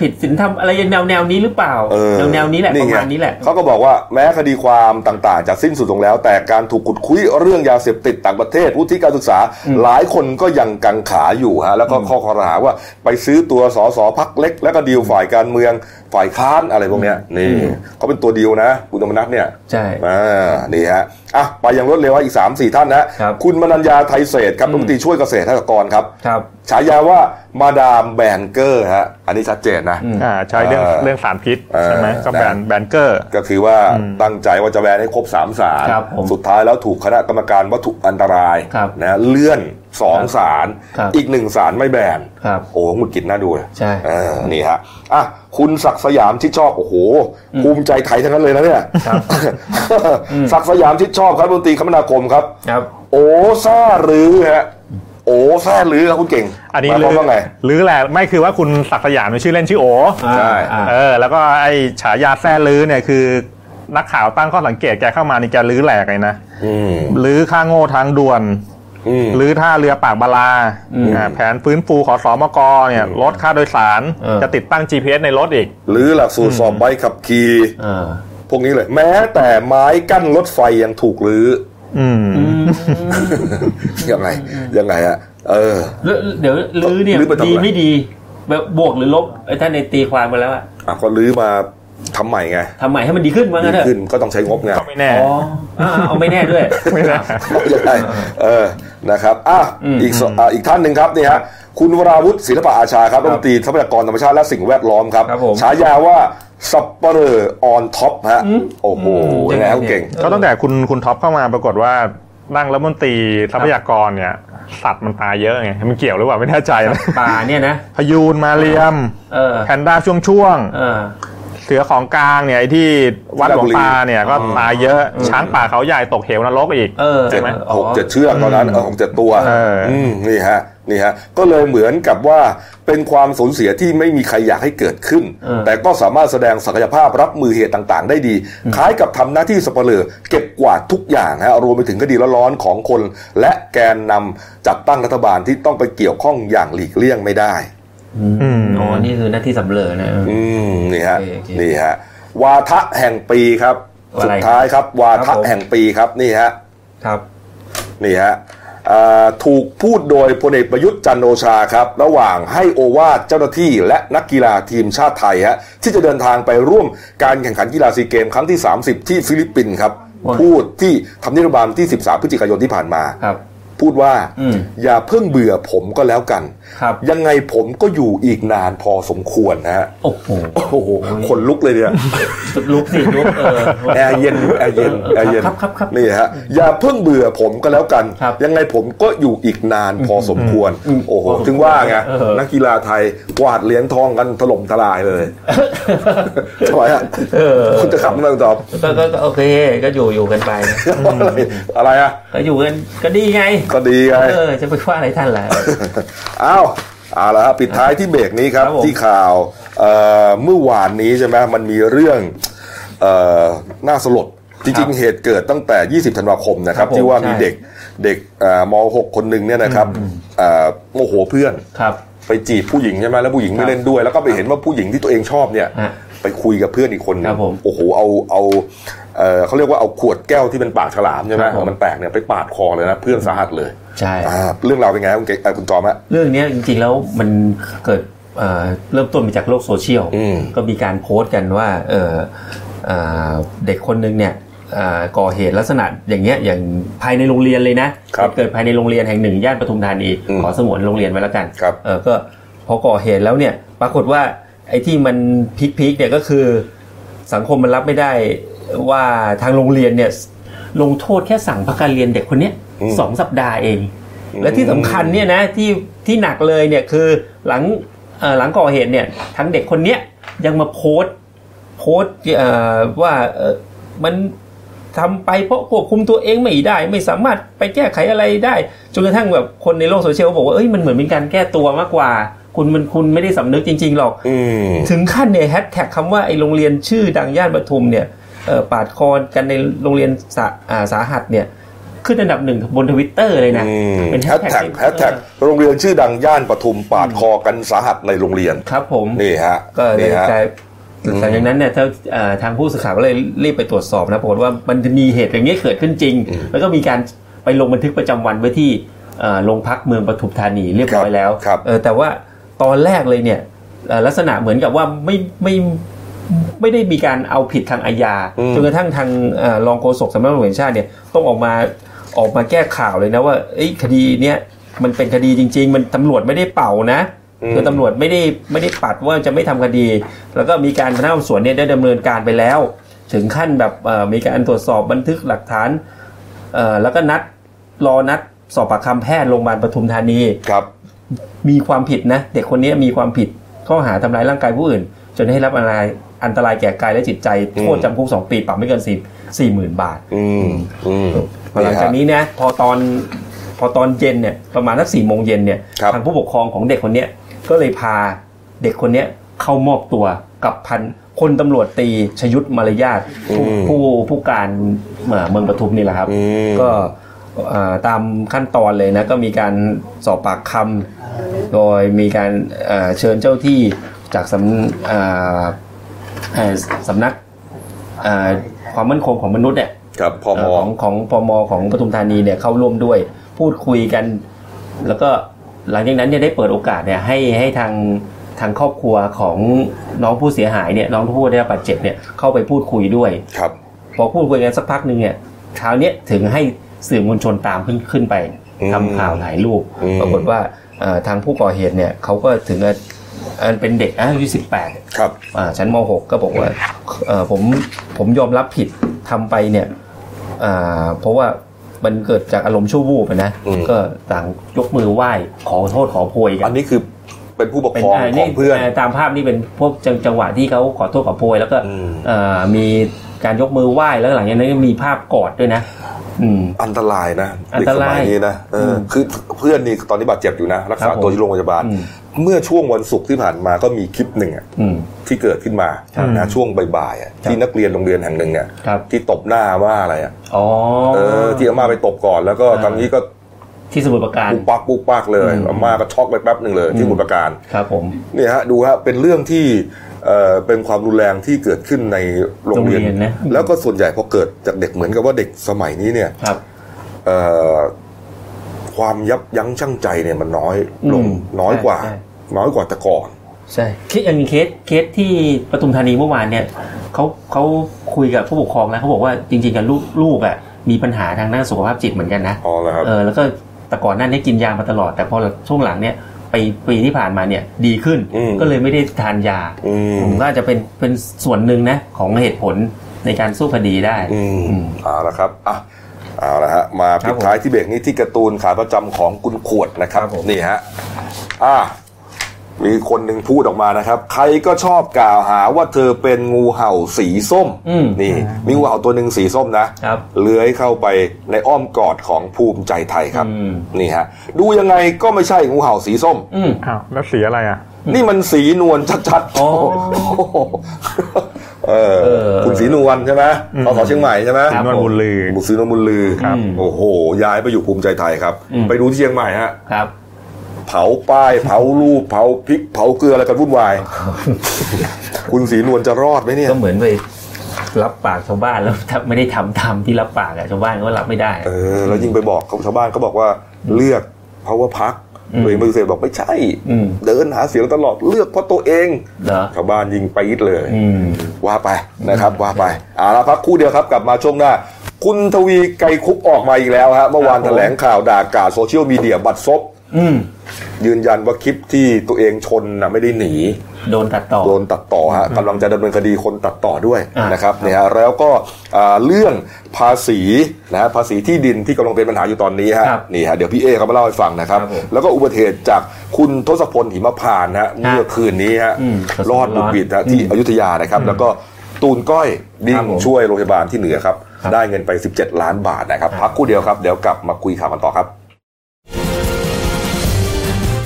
ผิดศีลธรรมอะไรแนวแนวๆนี้หรือเปล่า
เออ
แนวแนวๆนี้แหละประ
ไง
มาณนี้แหละ
เขาก็บอกว่าแม้คดีความต่างๆจะสิ้นสุดลงแล้ว แต่การถูกขุดคุยเรื่องยาเสพติดต่างประเทศวุฒิการศึกษา หลายคนก็ยังกังขาอยู่ฮะแล้วก็ข้อข้อหาว่าไปซื้อตัวสสพักเล็ก แล้วก็ดีลฝ่ายการเมืองฝ่ายค้านอะไรพวกเนี้ยนี่เขาเป็นตัวดีลนะคุณธรรมนัฐเนี่ย
ใช่
อ่า นี่ฮะ อ่ะ ไปอย่างรวดเร็วฮะอีก 3 4 ท่านนะ
ครับ
คุณมนัญญาไทยเศรษฐ์ครับรัฐมนตรีช่วยเกษตรและสหกรณ์ครับ
ครับ
ฉายาว่ามาดามแบนเกอร์ฮะอันนี้ชัดเจนนะ
อืม
อ่าใช่เรื่อง
เออ
เรื่องสารพิษใช่ไหม
เออ
ก็แบนแบนเกอร์
ก็คือว่าตั้งใจว่าจะแบนให้ครบ3สามสาร
ครับผม
สุดท้ายแล้วถูกคณะกรรมการวัตถุอันตราย
ครับ
นะเลื่อน 2 สาร
ครับ
อีกหนึ่งสารไม่แบน
ครับ
โอ้หงุดกินน่าดูเลย
ใช่
เออนี่ฮะอ่ะคุณศักดิ์สยามชิดชอบ โอ้โห ภูมิใจไทยทั้งนั้นเลยนะเนี่ย
ครับ
ศักดิ์สยามชิดชอบครับรัฐมนตรีคมนาคมครับ
ครับ
โอ้ซ่ารือฮะโอ้ซ่ารือครับคุณเก่ง
อันนี้
หมายความ
อ
ว่าไง
หรือแหละไม่คือว่าคุณศักดิ์สยามเนี่ยชื่อเล่นชื่อโอ
ใช่
อ่า
เออแล้วก็ไอ้ฉายาแซ่ลื้อเนี่ยคือ นักข่าวตั้งข้อสังเกตแกเข้ามานี่แกลื้อแหลกเลยนะ
อืม
ลื้อค่าโง่ทางด่วน
อืม
หรือท่าเรือปากบาลาอ่าแผนฟื้นฟูขอสอมกเนี่ยลดค่าโดยสาร
เออ
จะติดตั้ง GPS ในรถอีก
หรือหลักสูตรสอบใบขับขี่
เออ
พวกนี้เลย แม้แต่ไม้กั้นรถไฟยังถูกรื้อ
อืม
อืม
ยังไง ยังไงฮะเออ
แล้วเดี๋ยวลื้อเนี่ย
ลื้อไปทำอะไร
ดีไม่ดีแบบบวกหรือลบไอ้ท่านในตีความไปแล้วอะ
อ่ะก็รื้อมาทำใหม่ไง
ทำใหม่ให้มันดีขึ้นว่า
ดี
งั้นเถอะ
ขึ้นก็ต้องใช้งบไง
ก็ไม่แน่
อ๋ออ่าเอาไม่แน่ด้วย
ไม่แน่
ยังไงเออนะครับอ่ะ
อืม
อีกสอ่ะอีกท่านหนึ่งครับนี่ฮะคุณวราวุฒิศิลปะอาชาครับ
ค
รั
รั
บ ฐมนตรีทรัพยากรธรรมชาติและสิ่งแวดล้อมครับ
ครับผม
ฉายาว่าสับเปลอออนท็อปฮะโอ้โหยังไงครับเก่ง
ก็ตั้งแต่คุณคุณท็อปเข้ามาปรากฏว่านั่งรัฐมนตรีทรัพยากรเนี่ย สัตว์มันตายเยอะไงมันเกี่ยวหรือเปล่าไม่แน่ใจนะ
ป่าเนี่ยนะ
พยูนมาเรียม
เออ
แพนด้าช่วงช่วงๆ
เออ
เสือของกลางเนี่ยไอ้ที่วัดหลวงตาเนี่ยก็ตายเยอะ ช้างป่าเขาใหญ่ตกเหวนรกอีก
เออ
เจ็ด
ไหม
หกเจ็ดเชือกตอนนั้นเออหกเจ็ดตัว
เอออื
มนี่ฮะนี่ฮะก็เลยเหมือนกับว่าเป็นความสูญเสียที่ไม่มีใครอยากให้เกิดขึ้น แต่ก็สามารถแสดงศักยภาพรับมือเหตุต่างๆ ได้ดี คล้ายกับทำหน้าที่สบเปลือเก็บกวาดทุกอย่างฮะรวมไปถึงคดีร้อนๆของคน และแกนนำจัดตั้งรัฐบาลที่ต้องไปเกี่ยวข้องอย่างหลีกเลี่ยงไม่ได้
อืม
อ๋อ นี่คือหน้าที่สำเร็จนะ
อืมนี่ฮะ
โอเคโอเค
นี่ฮะวาทะแห่งปีครับ
อะไร
สุดท้ายครับวา
ค
ทะ
รับผม
แห่งปีครับนี่ฮะ
ครับ
นี่ฮะอ่าถูกพูดโดยพลเอกประยุทธ์จันทร์โอชาครับ ระหว่างให้โอวาทเจ้าหน้าที่และนักกีฬาทีมชาติไทยฮะที่จะเดินทางไปร่วมการแข่งขันกีฬาซีเกมส์ครั้งที่ 30 ที่ฟิลิปปินส์ครับ
ว้าว
พูดที่ทำเนียบรัฐบาลที่ 13 พฤศจิกายนที่ผ่านมา
ครับ
พูดว่า
อืม
อย่าเพิ่งเบื่อผมก็แล้วกัน
ครับ
ยังไงผมก็อยู่อีกนานพอสมควรนะฮะ
โอ้โห
โอ้โหขนลุกเลยเนี่ย
สุดลุกสิลุกเออ
แอร์เย็นแอร์เย็นแอร์เย็น
ครับครับครับ
นี่ฮะอย่าเพิ่งเบื่อผมก็แล้วกัน
ครับ
ยังไงผมก็อยู่อีกนานพอสมควร
อืม
โอ้โห
พอสมควร
ถึงว่าไง
เออ
นักกีฬาไทยกวาดเหรียญทองกันถล่มทลายเลยทำไมฮะ
เออ
คุณจะขับมันตอบ
ก็ก็ก็โอเค ก็อยู่อยู่กันไป
อะไรอะไรอ่ะ
ก็อยู่กันก็ดีไง
ก็ดีไง
เออ จะไปว่าอะไรท่านล่ะ
อ้าวเอาละครับปิดท้ายที่เบรกนี้ครับ
ครับผม
ที่ข่าวเอ่อเมื่อวานนี้ใช่ไหมมันมีเรื่องเอ่อน่าสลดจริงๆเหตุเกิดตั้งแต่ 20 ธันวาคมนะครับ
ครับผม
ที่ว่า
ใช่
มีเด็กเด็กเอ่อม .6 คนหนึ่งเนี่ยนะครับเอ่อโมโหเพื่อน
ครับ
ไปจีบผู้หญิงใช่ไหมแล้วผู้หญิงไม่เล่นด้วย แล้วก็ไปเห็นว่าผู้หญิงที่ตัวเองชอบเนี่ย
ฮะ
ไปคุยกับเพื่อนอีกคนหนึ
ครั
ง
บผม
โอ้โหเอาเอาเอ่อเขาเรียกว่าเอาขวดแก้วที่เป็นปากฉลามใช่ไหม
ครับผม
มันแตกเนี่ยไปปาดคอเลยนะเพื่อนสาหัสเลย
ใช่
อ่าเรื่องราวเป็นไงครับคุณเก๋เอ่อคุณจอมฮะ
เรื่องเนี้ยจริงๆแล้วมันเกิดเอ่อเริ่มต้นมาจากโลกโซเชียล
อืม
ก็มีการโพสต์กันว่าเอ่อเอ่อเด็กคนหนึงเนี่ยเอ่อก่อเหตุลักษณะอย่างเงี้ยอย่างภายในโรงเรียนเลยนะครับเหตุเกิดภายในโรงเรียนแห่งหนึ่งย่านปทุมธานี
อืม
ขอสงวนโรงเรียนไว้แล้วกัน
ครับ
เออก็พอก่อเหตุแล้วเนี่ยปรากฏว่าไอ้ที่มันพีคๆเนี่ยก็คือสังคมมันรับไม่ได้ว่าทางโรงเรียนเนี่ยลงโทษแค่สั่งพักการเรียนเด็กคนเนี้ย
อืม
สองสัปดาห์เอง
อืม
และที่สำคัญเนี่ยนะที่ที่หนักเลยเนี่ยคือหลังเอ่อหลังก่อเหตุเนี่ยทั้งเด็กคนเนี้ยยังมาโพสต์โพสต์เอ่อว่าเอ่อมันทำไปเพราะควบคุมตัวเองไม่ได้ ไม่สามารถไปแก้ไขอะไรได้จนกระทั่งแบบคนในโลกโซเชียลก็บอกว่าเอ้ยมันเหมือนเป็นการแก้ตัวมากกว่า คุณมันคุณไม่ได้สำนึกจริง ๆ หรอก
อืม
ถึงขั้นเนี่ยแฮชแท็กคำว่าไอ้โรงเรียนชื่อดังย่านปทุมเนี่ยเอ่อปาดคอกันในโรงเรียนสาอ่าสาหัสเนี่ยขึ้นอันดับหนึ่งบนทวิตเตอร์เลยนะเป็น
แฮ
แฮ
ช
ช
แท็
แท็
ก
ก
แฮชแท็กโรงเรียนชื่อดังย่านปทุมปาดคอกันสาหัสในโรงเรียน
ครับผม
นี่ฮะ
ก็เล
นี่
ย
ฮะ
กลายหลังจากนั้นเนี่ยถ้าเอ่อทางผู้สื่อข่าวก็เลยรีบไปตรวจสอบนะปรากฏว่ามันมีเหตุอย่างนี้เกิดขึ้นจริง แล้วก็มีการไปลงบันทึกประจำวันไว้ที่เอ่อโรงพักเมืองปทุมธานีเรียบร้อยแล้ว
ครับ
เออแต่ว่าตอนแรกเลยเนี่ยเอ่อลักษณะเหมือนกับว่าไม่ไม่ ไม่ได้มีการเอาผิดทางอาญา
อืม
จนกระทั่งทางเอ่อรองโฆษกสำนักงานตำรวจแห่งชาติเนี่ยต้องออกมาออกมาแก้ข่าวเลยนะว่าเอ้ยคดีเนี้ยมันเป็นคดีจริง ๆ มันตำรวจไม่ได้เป่านะ
อืม
คือตำรวจไม่ได้ไม่ได้ปัดว่าจะไม่ทำคดี แล้วก็มีการพนักงานสอบสวนเนี่ยได้ดำเนินการไปแล้ว ถึงขั้นแบบเอ่อมีการตรวจสอบบันทึกหลักฐานเอ่อแล้วก็นัดรอนัดสอบปากคำแพทย์โรงพยาบาลปทุมธานี
ครับ
มีความผิดนะ เด็กคนนี้มีความผิดข้อหาทำร้ายร่างกายผู้อื่น จนให้รับอันตรายอันตรายแก่กายและจิตใจ
อืม
โทษจำคุก 2 ปีปรับไม่เกิน4 4 0,000 บาท
อืมอืม
หลังจาก
นี่ฮะ
นี้นะพอตอนพอตอนเย็นเนี่ยประมาณสักสี่โมงเย็นเนี่ย
ครับ
ทางผู้ปกครองของเด็กคนเนี้ยก็เลยพาเด็กคนเนี้ยเข้ามอบตัวกับพันคนตำรวจตีชยุทธมารยาทผู้ผู้ผู้การเอ่อเมืองปทุมนี่แหละครับ
อืม
ก็เอ่อตามขั้นตอนเลยนะ ก็มีการสอบปากคำโดยมีการเอ่อเชิญเจ้าที่จากสำเอ่อเอ่อสำนักเอ่อความมั่นคงของมนุษย์เนี่ย
ครับพอม
เอ่อของของปมของปทุมธานีเนี่ยเข้าร่วมด้วยพูดคุยกัน แล้วก็หลังจากนั้นเนี่ยได้เปิดโอกาสเนี่ยให้ให้ทางทางครอบครัวของน้องผู้เสียหายเนี่ยน้องผู้ได้รับบาดเจ็บเนี่ยเข้าไปพูดคุยด้วย
ครับ
พอพูดคุยกันสักพักหนึ่งเนี่ยคราวเนี้ยถึงให้สื่อมวลชนตามขึ้นขึ้นไปทำข่าวถ่ายรูปปรากฏว่าเอ่อทางผู้ก่อเหตุเนี่ยเขาก็ถึงกับอันเป็นเด็กอายุสิบแปด
ครับ
อ่าชั้นม .6 ก็บอกว่าเอ่อผมผมยอมรับผิดทำไปเนี่ยอ่าเพราะว่ามันเกิดจากอารมณ์ชั่ววูบอะนะ
อืม
ก็ต่างยกมือไหว้ขอโทษขอโพยกั
อั
น
นนี้คือเป็นผู้ปก
เป็น
ครอง
อ่า
ของเพื่อน
าตามภาพนี่เป็นพวกจังจังหวะที่เขาขอโทษขอโพยแล้วก็
อืม
เอ่อมีการยกมือไหว้แล้วหลังจากนั้นก็มีภาพกอดด้วยนะ อืม
อันตรายนะ
อันตรา
เด็ก
ย
สมันี้นะเอออ
ม
คือเพื่อนนี่ตอนนี้บาดเจ็บอยู่นะ รัก
ครั
ษา
บผม
ตัวที่โรงพยาบาล
อืม
เมื่อช่วงวันศุกร์ที่ผ่านมาก็มีคลิปหนึ่งอะ
อืม
ที่เกิดขึ้นมานะช่วงบ่ายๆอะที่นักเรียนโรงเรียนแห่งหนึ่งเนี่ย
ครับ
ที่ตบหน้าอาม่าอะไรอะ
อ๋อ
เออที่อาม่าไปตบก่อนแล้วก็
อ่า
ตอนนี้ก็
ที่สมุทรปราการ
ปุ๊กปักปุ๊กปักเลย
อืม
อาม่าก็ช็อกไปแป๊บหนึ่งเลยที่บุประการ
ครับผม
เนี่ยฮะดูฮะเป็นเรื่องที่เอ่อเป็นความรุนแรงที่เกิดขึ้นในโรงเรียน
โรงเรียนนะ
แล้วก็ส่วนใหญ่พอเกิดจากเด็กเหมือนกับว่าเด็กสมัยนี้เนี่ย
ครับ
เอ่อความยับยั้งชั่งใจเนี่ยมันน้อยลง
อืม
น้อยกว่า
ใช่
น้อยกว่าแต่ก่อน
ใช่เคสอย่างเคสเคสที่ปทุมธานีเมื่อวานเนี่ยเขาเขาคุยกับผู้ปกครองนะเขาบอกว่าจริงๆกับลูกลูกอะ่ะมีปัญหาทางด้านสุขภาพจิตเหมือนกันนะ
พอแล้วครับ
เออแล้วก็ แต่ก่อนหน้านี้กินยามาตลอด แต่พอช่วงหลังเนี่ยไปปีที่ผ่านมาเนี่ยดีขึ้น
อืม
ก็เลยไม่ได้ทานยา
อืม
ผมก็อาจจะเป็นเป็นส่วนหนึ่งนะ ของเหตุผลในการสู้คดีได้
อืม
อืม
เอาละครับอ่ะเอาละฮะ มา
ครั
ปิ
บ
ด
ผม
ท้ายที่เบรกนี้ที่การ์ตูนขาประจำของคุณขวดนะครับ
ครับผม
นี่ฮะ อ่ะมีคนหนึ่งพูดออกมานะครับ ใครก็ชอบกล่าวหาว่าเธอเป็นงูเห่าสีส้ม
อืม
นี่ มีงูเห่าตัวหนึ่งสีส้มนะครับ เลื้อยเข้าไปในอ้อมกอดของภูมิใจไทยครับ
อืม
นี่ฮะ ดูยังไงก็ไม่ใช่งูเห่าสีส้ม
อืม
อ้าวแล้วสีอะไรอ่ะ
นี่มันสีนวลชัดๆ
อ๋อ
โอ้โหเออ
เออ
คุณสีนวลใช่ไหมสสเชียงใหม่ใช่ไหม
สีนวลบุญลือ
บุษือนมุลลือ
ครับ
โอ้โห ย้ายไปอยู่ภูมิใจไทยครับ
อืม
ไปดูที่เชียงใหม่ฮะ
ครับ
เผาป้าย เผารูป เผาพริก เผาเกลืออะไรกันวุ่น วาย คุณศรีนวลจะรอดไหมเนี่ย
ก็เหมือนไปรับปากชาวบ้านแล้ว ถ้าไม่ได้ทำตามที่รับปากอะชาวบ้านก็รับไม่ได้
เออ แล้วยิ่งไปบอกเขาชาวบ้านเขาบอกว่าเลือกเพราะว่าพัก
อืม
ตัวเองปฏิเสธบอกไม่ใช่
อืม
เดินหาเสียงตลอดเลือกเพราะตัวเอง
เหรอ
ชาวบ้านยิงไปยิดเลย
อืม
ว่าไปนะครับว่าไปเอาละพักครู่เดียวครับกลับมาช่วงหน้า คุณทวีไกรคุบออกมาอีกแล้วฮะเมื่อวาน
ครับผม
แถลงข่าวด่ากาโซเชียลมีเดียบัตรซบ
อืม
ยืนยันว่าคลิปที่ตัวเองชนนะไม่ได้หนี
โดนตัดต่อ
โดนตัดต่อฮะกำลังจะดำเนินคดีคนตัดต่อด้วย
อ่าน
นะครับเนี่ยฮะแล้วก็อ่าเรื่องภาษีนะฮะภาษีที่ดินที่กำลังเป็นปัญหาอยู่ตอนนี้ฮะ
ครับ
นี่ฮะเดี๋ยวพี่เอเขามาเล่าให้ฟังนะครับ
ครับผม
แล้วก็อุบัติเหตุจากคุณทศพลหิมพานต์ฮะเมื่อคืนนี้ฮะ
อืม
รอดบุดบิดฮะที่อยุธยานะครับ แล้วก็ตูนก้อยวิ่
ครั
ง
บผม
ช่วยโรงพยาบาลที่เหนือครับ
ครับ
ได้เงินไป 17 ล้านบาทนะครับพักครู่เดียวครับเดี๋ยวกลับมาคุยข่าวกันต่อครับ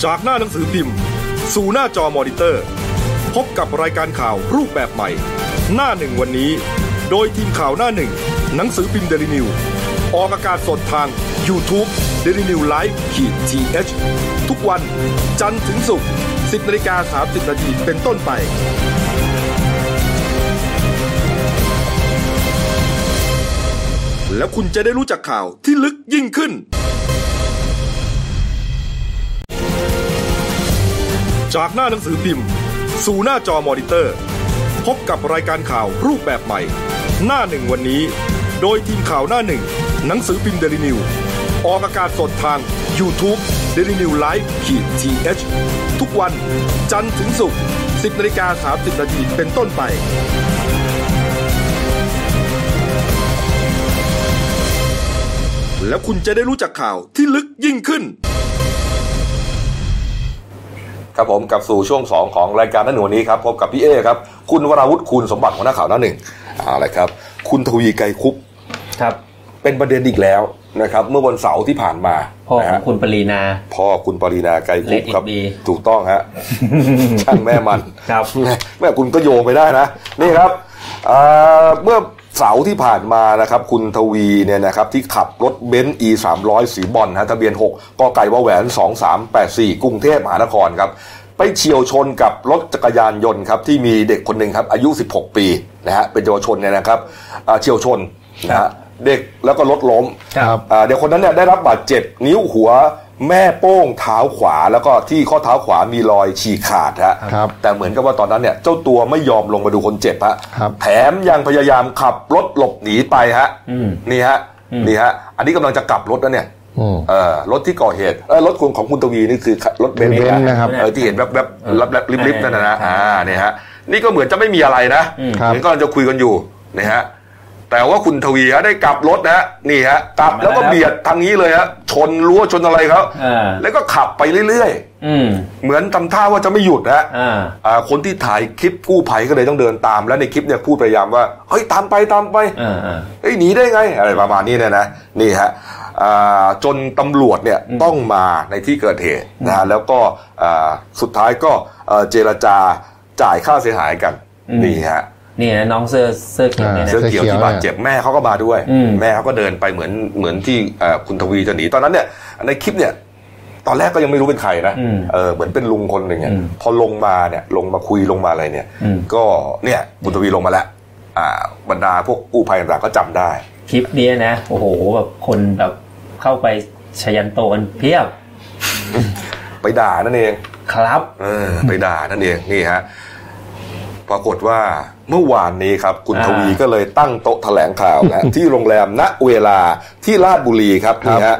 จากหน้าหนังสือพิมพ์ สู่หน้าจอมอนิเตอร์ พบกับรายการข่าวรูปแบบใหม่ หน้าหนึ่งวันนี้ โดยทีมข่าวหน้าหนึ่ง หนังสือพิมพ์เดลิวิวออกอากาศสดทาง y o u t u เด d ิวิวไลฟ์ขีดทีเทุกวันจันทร์ถึงศุกร์10นาฬิกา30นาทีเป็นต้นไป แล้วคุณจะได้รู้จักข่าวที่ลึกยิ่งขึ้น จากหน้าหนังสือพิมพ์ สู่หน้าจอมอนิเตอร์ พบกับรายการข่าวรูปแบบใหม่ หน้าหนึ่งวันนี้ โดยทีมข่าวหน้าหนึ่ง หนังสือพิมพ์เดลิวิวออกอากาศสดทาง y o u t u เด d ิวิวไลฟ์ขีดทีเทุกวันจันทร์ถึงศุกร์10นาฬิกา30นาทีเป็นต้นไป แล้วคุณจะได้รู้จักข่าวที่ลึกยิ่งขึ้น
ครับผมกลับสู่ช่วง 2 ของรายการหนั่นหนูวันนี้ครับพบกับพี่เอครับ คุณวราวุฒิคุณสมบัติหัวหน้าข่าวหน้าหนึ่งเอาละครับ คุณทวีไกรคุป
ครับ
เป็นประเด็นอีกแล้วนะครับ เมื่อวันเสาร์ที่ผ่านมา
พ่อ
นะ
ของ
ฮะ
คุณปรีนา
พ่อคุณปรีนาไกรคุปครับ
Let it be
ถูกต้อง ฮะ ช่างแม่มัน
ครับ
แม่แม่คุณก็โยงไปได้นะ นี่ครับเอ่อเมื่อเสาร์ที่ผ่านมานะครับ คุณทวีเนี่ยนะครับที่ขับรถเบนซ์ e 3 0 0สีบอลฮะทะเบียน 6กไก่วาแหวน 2384 กรุงเทพมหานครครับ ไปเฉียวชนกับรถจักรยานยนต์ครับ ที่มีเด็กคนหนึ่งครับ อายุ 16 ปีนะฮะเป็นเยาวชนเนี่ยนะครับอ่าเฉียวชนนะฮะเด็กแล้วก็รถล้ม
ครับ
อ่าเดี๋ยวคนนั้นเนี่ยได้รับบาดเจ็บนิ้วหัวแม่โป้งเท้าขวาแล้วก็ที่ข้อเท้าขวามีรอยฉีกขาดฮะ
ครับ
แต่เหมือนกับว่าตอนนั้นเนี่ยเจ้าตัวไม่ยอมลงมาดูคนเจ็บฮะ
ครับ
แถมยังพยายามขับรถหลบหนีไปฮะ
อืม
นี่ฮะนี่ฮะอันนี้กำลังจะกลับรถนะเนี่ย
อืม
เออรถที่ก่อเหตุเออรถคุณของคุณตวีนี่คือรถเบนซ์
เบนซ์นะครับ
เออที่เห็นแวบๆแบบแบบแบบลิบๆนั่นนะนะ
ใช่
อ่าเนี่ยฮะนี่ก็เหมือนจะไม่มีอะไรนะ
อืม
เหมือนกำลังจะคุยกันอยู่นะฮะแต่ว่าคุณทวีฮะได้กลับรถนะฮะนี่ฮะกลับแล้วก็เบียดทางนี้เลยฮะชนรั้วชนอะไรเขา
เออ
แล้วก็ขับไปเรื่อย
อืม
ๆ เหมือนทำท่าว่าจะไม่หยุดนะฮะ
อ่า
อ่าคนที่ถ่ายคลิปกู้ภัยก็เลยต้องเดินตาม แล้วในคลิปเนี่ยพูดพยายามว่าเฮ้ยตามไปตามไป
อ่าอ่า
เอ้ยหนีได้ไงอะไรประมาณนี้เนี่ยนะนี่ฮะอ่าจนตำรวจเนี่ยต้องมาในที่เกิดเหตุนะฮะแล้วก็อ่าสุดท้ายก็เอ่อเจรจาจ่ายค่าเสียหายกัน
อืม
นี่ฮะ
นี่นะน้องเสื้อเสื้อเขียวเนี่ย
อ่า
นะ
เสื้อเขียวที่บาดเจ็บแม่เขาก็มาด้วย
อืม
แม่เขาก็เดินไปเหมือนเหมือนที่เอ่อคุณทวีจะหนีตอนนั้นเนี่ยในคลิปเนี่ยตอนแรกก็ยังไม่รู้เป็นใครนะ
อืม
เออเหมือนเป็นลุงคนหนึ่งเนี่ย
อืม
พอลงมาเนี่ยลงมาคุยลงมาอะไรเนี่ย
อืม
ก็เนี่ยคุณทวีลงมาแล้วอ่าบรรดาพวกกู้ภัยต่างๆก็จำได้
คลิปเนี้ยนะ โอ้โหแบบคนแบบเข้าไปชยันโตกันเพียบ
ไปด่านั่นเอง
ครับ
เออไปด่านั่นเองนี่ฮะปรากฏว่าเมื่อวานนี้ครับ คุณ
อ่า
ทวี ก็เลยตั้งโต๊ะแถลงข่าวนะ ที่โรงแรมณเวลาที่ลาดบุรีครับนี่ฮะ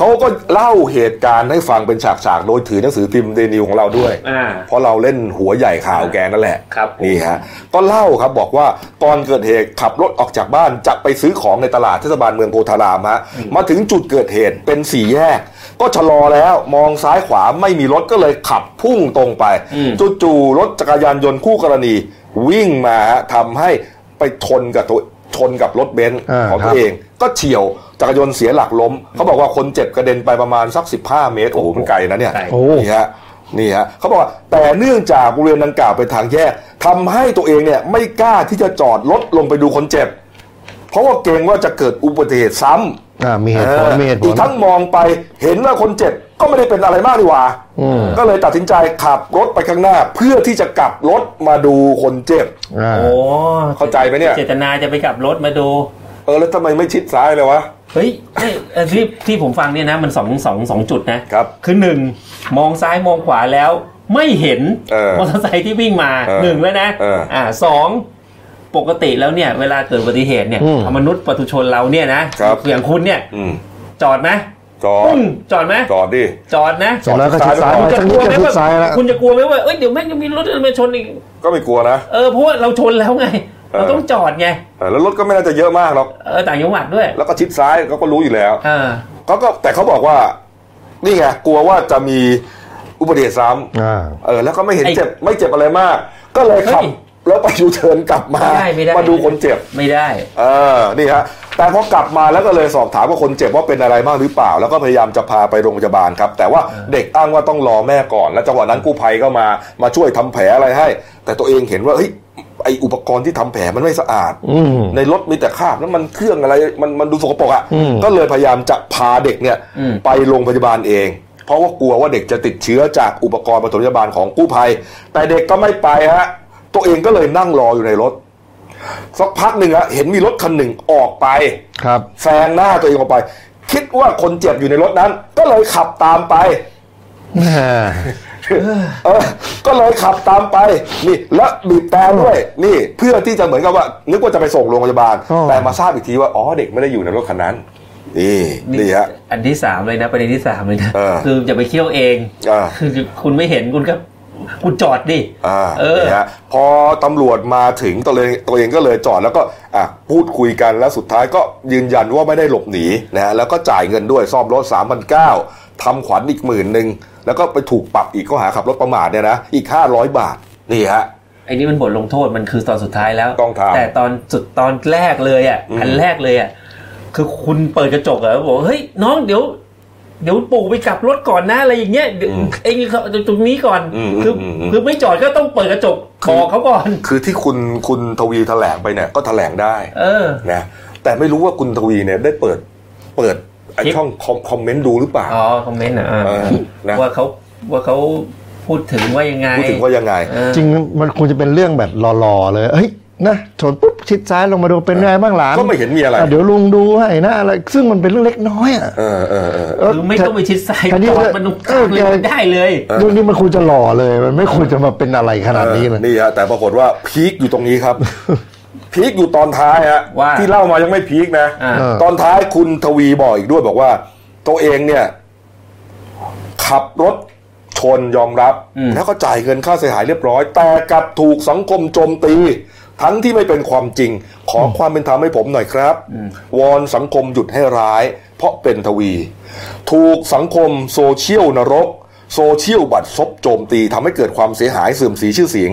เขาก็เล่าเหตุการณ์ให้ฟังเป็นฉากๆโดยถือหนังสือพิมพ์เดนิวของเราด้วย
อ่า
เพราะเราเล่นหัวใหญ่ข่าวแกนั่นแหละ
ครับผม
นี่ฮะก็เล่าครับบอกว่าตอนเกิดเหตุขับรถออกจากบ้านจะไปซื้อของในตลาดเทศบาลเมืองโพธารามฮะมาถึงจุดเกิดเหตุเป็นสี่แยก ก็ชะลอแล้วมองซ้ายขวาไม่มีรถก็เลยขับพุ่งตรงไปจู่ๆรถจักรยานยนต์คู่กรณี วิ่งมาฮะทำให้ไปชนกับตัวชนกับรถเบนซ์
อ่า
ของ
ครั
ตัว
บ
เอง ก็เฉียวจักรยานยนต์เสียหลักล้มเขาบอกว่าคนเจ็บกระเด็นไปประมาณสัก 15 เมตรโอ้โหมันไกลนะเนี่ย
ไกล
โอ้
นี่ฮะนี่ฮะเขาบอกว่าแต่เนื่องจากบริเวณดังกล่าวเป็นทางแยกทำให้ตัวเองเนี่ยไม่กล้าที่จะจอดรถลงไปดูคนเจ็บ เพราะว่าเกรงว่าจะเกิดอุบัติเหตุซ้ำ
อ่ามีเหตุผลมีเหตุผ
อี
ล
กทั้งมองไปเห็นว่าคนเจ็บก็ไม่ได้เป็นอะไรมากดีหว่า
อืม
ก็เลยตัดสินใจขับรถไปข้างหน้า เพื่อที่จะกลับรถมาดูคนเจ็บ
อ่า
โอ้
เข้าใจไหมเนี่ย
เจตนาจะไปกลับรถมาดู
เออแล้วทำไมไม่ชิดซ้ายเลยวะ
เฮ้ยเอ้ยเอ่อที่ที่ผมฟังเนี่ยนะมันสองสองสองจุดนะครับ คือหนึ่งมองซ้ายมองขวาแล้วไม่เห็น
เออ
มอเตอร์ไซค์ที่วิ่งมา
เออ
หนึ่งแล้วนะ
เอออ่
สองปกติแล้วเนี่ยเวลาเกิดอุบัติเหตุเนี่ยมนุษย์ปุถุชนเราเนี่ยนะครับ อย่างคุณเนี่ย
อืม
จอดไหม
จอด
ปุ้งจอดไหม
จอดดิ
จอดนะ
เสร็จแล้วก็ชิดซ้าย
จอด
มา
จะ
สัก
กลั
นิ
ว
ด
ไหม
ก็ชิด
ว่า
ซ้ายแล้ว
คุณจะกลัวไหมว่าเอ้ยเดี๋ยวแม่งยังมีรถมาชนอีก
ก็ไม่กลัวนะ
เออเพราะว่าเราชนแล้วไง เรา
เออ
ต้องจอดไง
เออแล้วรถก็ไม่น่าจะเยอะมากหรอก
เออต่างจังหวัดด้วย
แล้วก็ชิดซ้ายเขาก็รู้อยู่แล้ว
เออ
เขาก็แต่เขาบอกว่า นี่ไงกลัวว่าจะมีอุบัติเหตุซ้
อ่า
ำเออแล้วก็ไม่เห็น
ไอ้
เจ็บไม่เจ็บอะไรมาก ก็เลยขับ
เฮ้ย
แล้วไปยูเทิร์นกลับมา
ไม่ได้ไม่ได้
ดูคนเจ็บ
ไม่ได้
เออนี่ฮะแต่พอกลับมาแล้วก็เลยสอบถามว่าคนเจ็บว่าเป็นอะไรบ้างหรือเปล่า แล้วก็พยายามจะพาไปโรงพยาบาลครับ แต่ว่าเด็กอ้างว่าต้องรอแม่ก่อน แล้วจังหวะนั้นกู้ภัยก็มามาช่วยทำแผลอะไรให้ แต่ตัวเองเห็นว่าเฮ้ยไออุปกรณ์ที่ทำแผลมันไม่สะอาด
อืม
ในรถมีแต่คราบแล้วมันเครื่องอะไรมันมันดูสกปรก
อืม
อะ่ะก็เลยพยายามจะพาเด็กเนี่ย
อืม
ไปโรงพยาบาลเอง เพราะว่ากลัวว่าเด็กจะติดเชื้อจากอุปกรณ์ปฐมพยาบาลของกู้ภัย แต่เด็กก็ไม่ไปฮะตัวเองก็เลยนั่งรออยู่ในรถ สักพักหนึ่งอะเห็นมีรถคันหนึ่งออกไป
ครับ
แซงหน้าตัวเองออกไป คิดว่าคนเจ็บอยู่ในรถนั้น ก็เลยขับตามไป เออก็เลยขับตามไปนี่แล้วบีบแต่ด้วยนี่เพื่อที่จะเหมือนกับว่า นึกว่าจะไปส่งโรงพยาบาล
อ๋อ
แต่มาทราบอีกทีว่าอ๋อเด็กไม่ได้อยู่ในรถคันนั้นนี่นี่ฮะ
อันที่สามเลยนะประเด็นที่สามเลยนะ
เออ
คือจะไปเที่ยวเอง
เออ
คือคุณไม่เห็นคุณก็คุณจอดดิ
อ่า
เออ
นี่ฮะพอตำรวจมาถึงตัวเองตัวเองก็เลยจอดแล้วก็อ่ะพูดคุยกันแล้วสุดท้ายก็ยืนยันว่าไม่ได้หลบหนีนะฮะแล้วก็จ่ายเงินด้วยซ่อมรถ3 0 0ทำขวัญอีกหมื่นหนึ่งแล้วก็ไปถูกปรับอีกข้อหาขับรถประมาทเนี่ยนะอีก 500 บาทนี่ฮะ
ไอ้นี่มันบทลงโทษมันคือตอนสุดท้ายแล้ว
ต้องทำ
แต่ตอนสุดตอนแรกเลยอ่ะ
อืม
อันแรกเลยอ่ะคือคุณเปิดกระจกเหรอบอกว่าเฮ้ยน้องเดี๋ยว เดี๋ยวปู่ไปกลับรถก่อนนะอะไรอย่างเงี้ยเดี๋ยวไอ้นี่เขาตรงนี้ก่อน
อืม
คือ
อืมอืม
คือไม่จอดก็ต้องเปิดกระจกบอกเขาก่อน
คือที่คุณคุณทวีแถลงไปเนี่ยก็แถลงได้
เออ
นะแต่ไม่รู้ว่าคุณทวีเนี่ยได้เปิดเปิดไอ
คลิป
ช่องคอมคอมเมนต์ดูหรือเปล่า
อ๋อคอมเมนต์นะอ่า
เออนะ
ว่าเขาว่าเขาพูดถึงว่ายังไง
พูดถึงว่ายังไง
เออ
จริงๆมันควรจะเป็นเรื่องแบบหล่อๆเลย เฮ้ย นะ ชนปุ๊บ ชิดซ้ายลงมาดูเป็นไงบ้างหลาน
ก็ไม่เห็นมีอะไร
อ่ะเดี๋ยวลุงดูให้นะอะไร ซึ่งมันเป็นเรื่องเล็กน้อยอ่ะ
เออเออเออ
เ
คือไม่ต้องไปชิดซ้าย
แทนที่
จอด
จะ
มันตรงก
เอ
ลา
อง
เลย
แก
มันได้เลย
เรื่องนี้มันควรจะหล่อเลย มันไม่ควรจะมาเป็นอะไรขนาดนี้เลย
เออนี่ฮะแต่ปรากฏว่าพีคอยู่ตรงนี้ ครับ พีคอยู่ตอนท้ายฮะ
ว่า
ที่เล่ามายังไม่พีคนะ
อ่า
ตอนท้ายคุณทวีบอกอีกด้วยบอกว่า ตัวเองเนี่ย ขับรถชนยอมรับ
อืม
แล้วก็จ่ายเงินค่าเสียหายเรียบร้อย แต่กลับถูกสังคมโจมตี ทั้งที่ไม่เป็นความจริง ขอความเป็นธรรมให้ผมหน่อยครับ วอนสังคมหยุดให้ร้าย เพราะเป็นทวี ถูกสังคมโซเชียลนรก โซเชียลบัดซบโจมตีทำให้เกิดความเสียหายเสื่อมเสียชื่อเสียง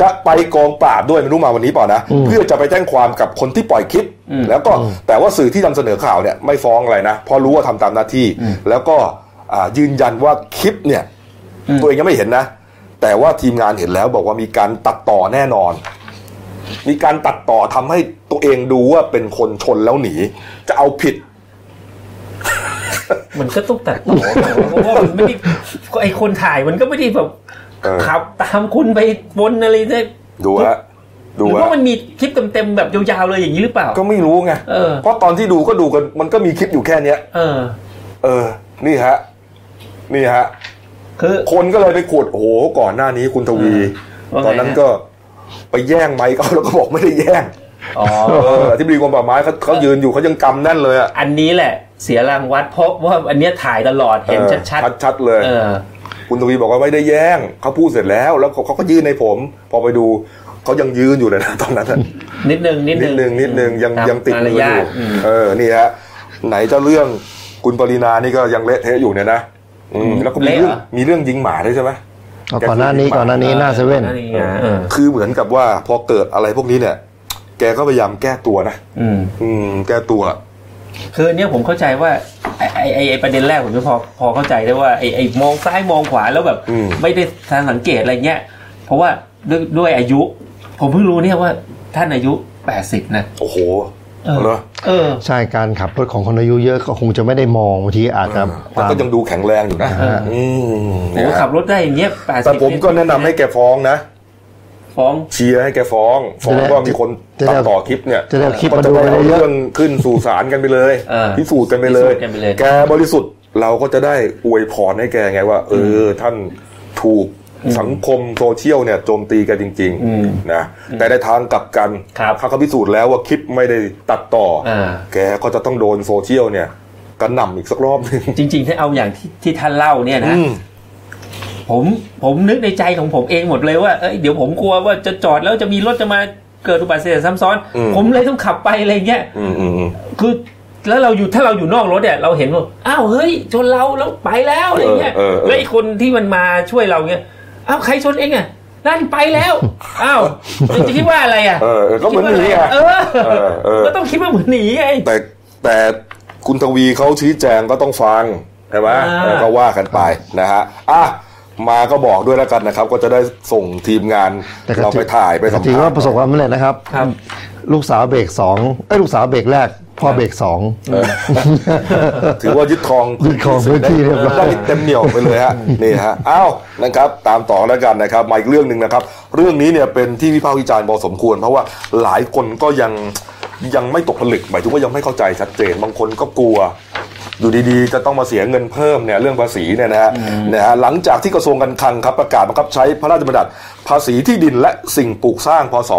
จะไปกองปราบด้วยไม่รู้มาวันนี้เปล่านะ เพื่อจะไปแจ้งความกับคนที่ปล่อยคลิป แล้วก็แต่ว่าสื่อที่นำเสนอข่าวเนี่ยไม่ฟ้องอะไรนะเพราะรู้ว่าทำตามหน้าที่ แล้วก็อ่ายืนยันว่าคลิปเนี่ย ตัวเองยังไม่เห็นนะ แต่ว่าทีมงานเห็นแล้วบอกว่ามีการตัดต่อแน่นอน มีการตัดต่อทำให้ตัวเองดูว่าเป็นคนชนแล้วหนี จะเอาผิด
มันก็ต้องตัดต่อเพราะว่ามันไม่ได้ไอคนถ่ายมันก็ไม่ได้แบบ
เออ
ขับตามคุณไปวนอะไรได้
ดูฮะ
ห
ดู
รือ
ฮะ
ว่ามันมีคลิปเต็มๆแบบยาวๆเลยอย่างนี้หรือเปล่า
ก็ไม่รู้ไง
เออ
เพราะตอนที่ดูก็ดูกันมันก็มีคลิปอยู่แค่เนี้ย
เออ
เออ นี่ฮะ นี่ฮะ
คือ
คนก็เลยไปขุดโอ้โหก่อนหน้านี้คุณทวี
เออว่าไง
ตอนนั้นก็ไปแย่งไมค์เขา แล้วก็บอกไม่ได้แย่ง
อ๋อ
เออที่บดีกรมป่าไม้เขาเขายืนอยู่เขายังกำแน่นเลยอะ
อันนี้แหละ เสียรางวัดเพราะว่าอันเนี้ยถ่ายตลอดเห็น
ออ
ชัด
ชัดๆเลย
ๆเออ
คุณทวีบอกว่าไม่ได้แย่งเขาพูดเสร็จแล้ว แล้วเขาเขาก็ยื่นให้ผม พอไปดูเขายังยืนอยู่เลยนะ ตอนนั้นอะ
นิดนึงนิด
นิ
นึ
ด
ง
นึงนิดนึงยัง
ตา
ยังติด
มา
มืออย
รา
ยู่
ทอืม
เออนี่ฮะไหนเจ้าเรื่องคุณปรินานี่ก็ยังเละเทะอยู่เนี่ยนะอืมแล้วก็มี
เละ
เรื่อง
เหรอ
มีเรื่องยิงหมาด้วยใช่ไหม
เอาก่อนหน้านี้ก่อนหน้านี้หน้าเซเว่น
อัไงเออ
คือเหมือนกับว่าพอเกิดอะไรพวกนี้เนี่ย แกก็พยายามแก้ตัวนะ
อืม
อืม แก้ตัว
คือเนี่ยผมเข้าใจว่าไอ้ไอ้ไอ้ไอ้ประเด็นแรกผมก็พอพอเข้าใจได้ว่าไอ้ไอ้มองซ้ายมองขวาแล้วแบบ
อืม
ไม่ได้ทันสังเกตอะไรเงี้ยเพราะว่าด้วยด้วยอายุ ผมเพิ่งรู้เนี่ยว่าท่านอายุ 80 นะ
โอ้โห
เออ
เหรอ
เออ
ใช่การขับรถของคนอายุเยอะก็คงจะไม่ได้มองบางทีอาจจะค
แต่
วาม
ก็ยังดูแข็งแรงอยู่นะ
เออ
อืม
โอ้ขับรถได้อย่างเงี้ย80
แต่ผมก็แนะนำให้แกฟ้องนะ
ฟ้อง
เชียร์ให้แกฟ้องฟ้องก็มีคนตัดต่อคลิปเนี่ย
จะได้เอาคลิป
ก็
มา
จะ
ดู
ได้
กัน
เอา
เย
เรื่
อะ
องขึ้นสู่ศาลกันไปเลย
เออ
พิสูจน์กันไปเลย
พิสูจน์กันไปเลย
แกบริสุทธิ์เราก็จะได้อวยพรให้แกไงว่า เออ ท่านถูกสังคมโซเชียลเนี่ยโจมตีกันจริง
อืม
นะแต่ในทางกลับกัน
ครับ
ถ้าเขาพิสูจน์แล้วว่าคลิปไม่ได้ตัดต่ออา แกก็จะต้องโดนโซเชียลเนี่ยกระหน่ำอีกสักรอบหนึง
จริงๆ ถ้าเอาอย่างที่ที่ท่านเล่าเนี่ยนะ
อืม
ผมผมนึกในใจของผมเองหมดเลยว่าเอ้ยเดี๋ยวผมกลัวว่าจะจอดแล้วจะมีรถจะมาเกิดอุบัติเหตุซ้ำซ้อน
อืม
ผมเลยต้องขับไปอะไรเงี้ย
อืมอืมอืม
คือแล้วเราอยู่ถ้าเราอยู่นอกรถเนี่ยเราเห็นว่าอ้าวเฮ้ยชนเราแล้วไปแล้วอะไรเงี้ย
เออเออเออ
แล้วไอ้คนที่มันมาช่วยเราเงี้ยอ้าวใครชนเองอ่ะนั่นไปแล้วอ้าวจะคิดว่าอะไรอ่ะ
เออเออก็เหมือน
คิดว่า
นี้
อะไร
ไง
อ่ะเออ
เออเออ
ก็ต้องคิดว่าเหมือนหนีไง
แต่แต่คุณทวีเขาชี้แจงก็ต้องฟังใช่ไหม
อ่า
เออก็ว่ากันไปนะฮะอ่ะมาก็บอกด้วยแล้วกันนะครับ ก็จะได้ส่งทีมงาน
แต่
เราไปถ่ายไปสัม
ถือ
ภา
ว่า
ษณ์
ประสบความสำเร็จนะครับ
ครับ
ลูกสาวเบรกสองไอ้ยลูกสาวเบรกแรก พ่อเบรกสอง
ถือว่ายึดครอง
ยึดครองพื้นที่เรียบร้อย
ได้เต็มเหนียวไปเลยฮะนี่ฮะอ้าวนะครับ ตามต่อแล้วกันนะครับมาอีกเรื่องหนึ่งนะครับ เรื่องนี้เนี่ยเป็นที่วิพากษ์วิจารณ์พอสมควร เพราะว่าหลายคนก็ยังยังไม่ตกผลึกหมายถึงว่ายังไม่เข้าใจชัดเจนบางคนก็กลัว อยู่ดีๆ จะต้องมาเสียเงินเพิ่มเนี่ยเรื่องภาษีเนี่ยนะฮะนะฮะหลังจากที่กระทรวงการคลังครับประกาศบังคับใช้พระราชบัญญัติภาษีที่ดินและสิ่งปลูกสร้างพศ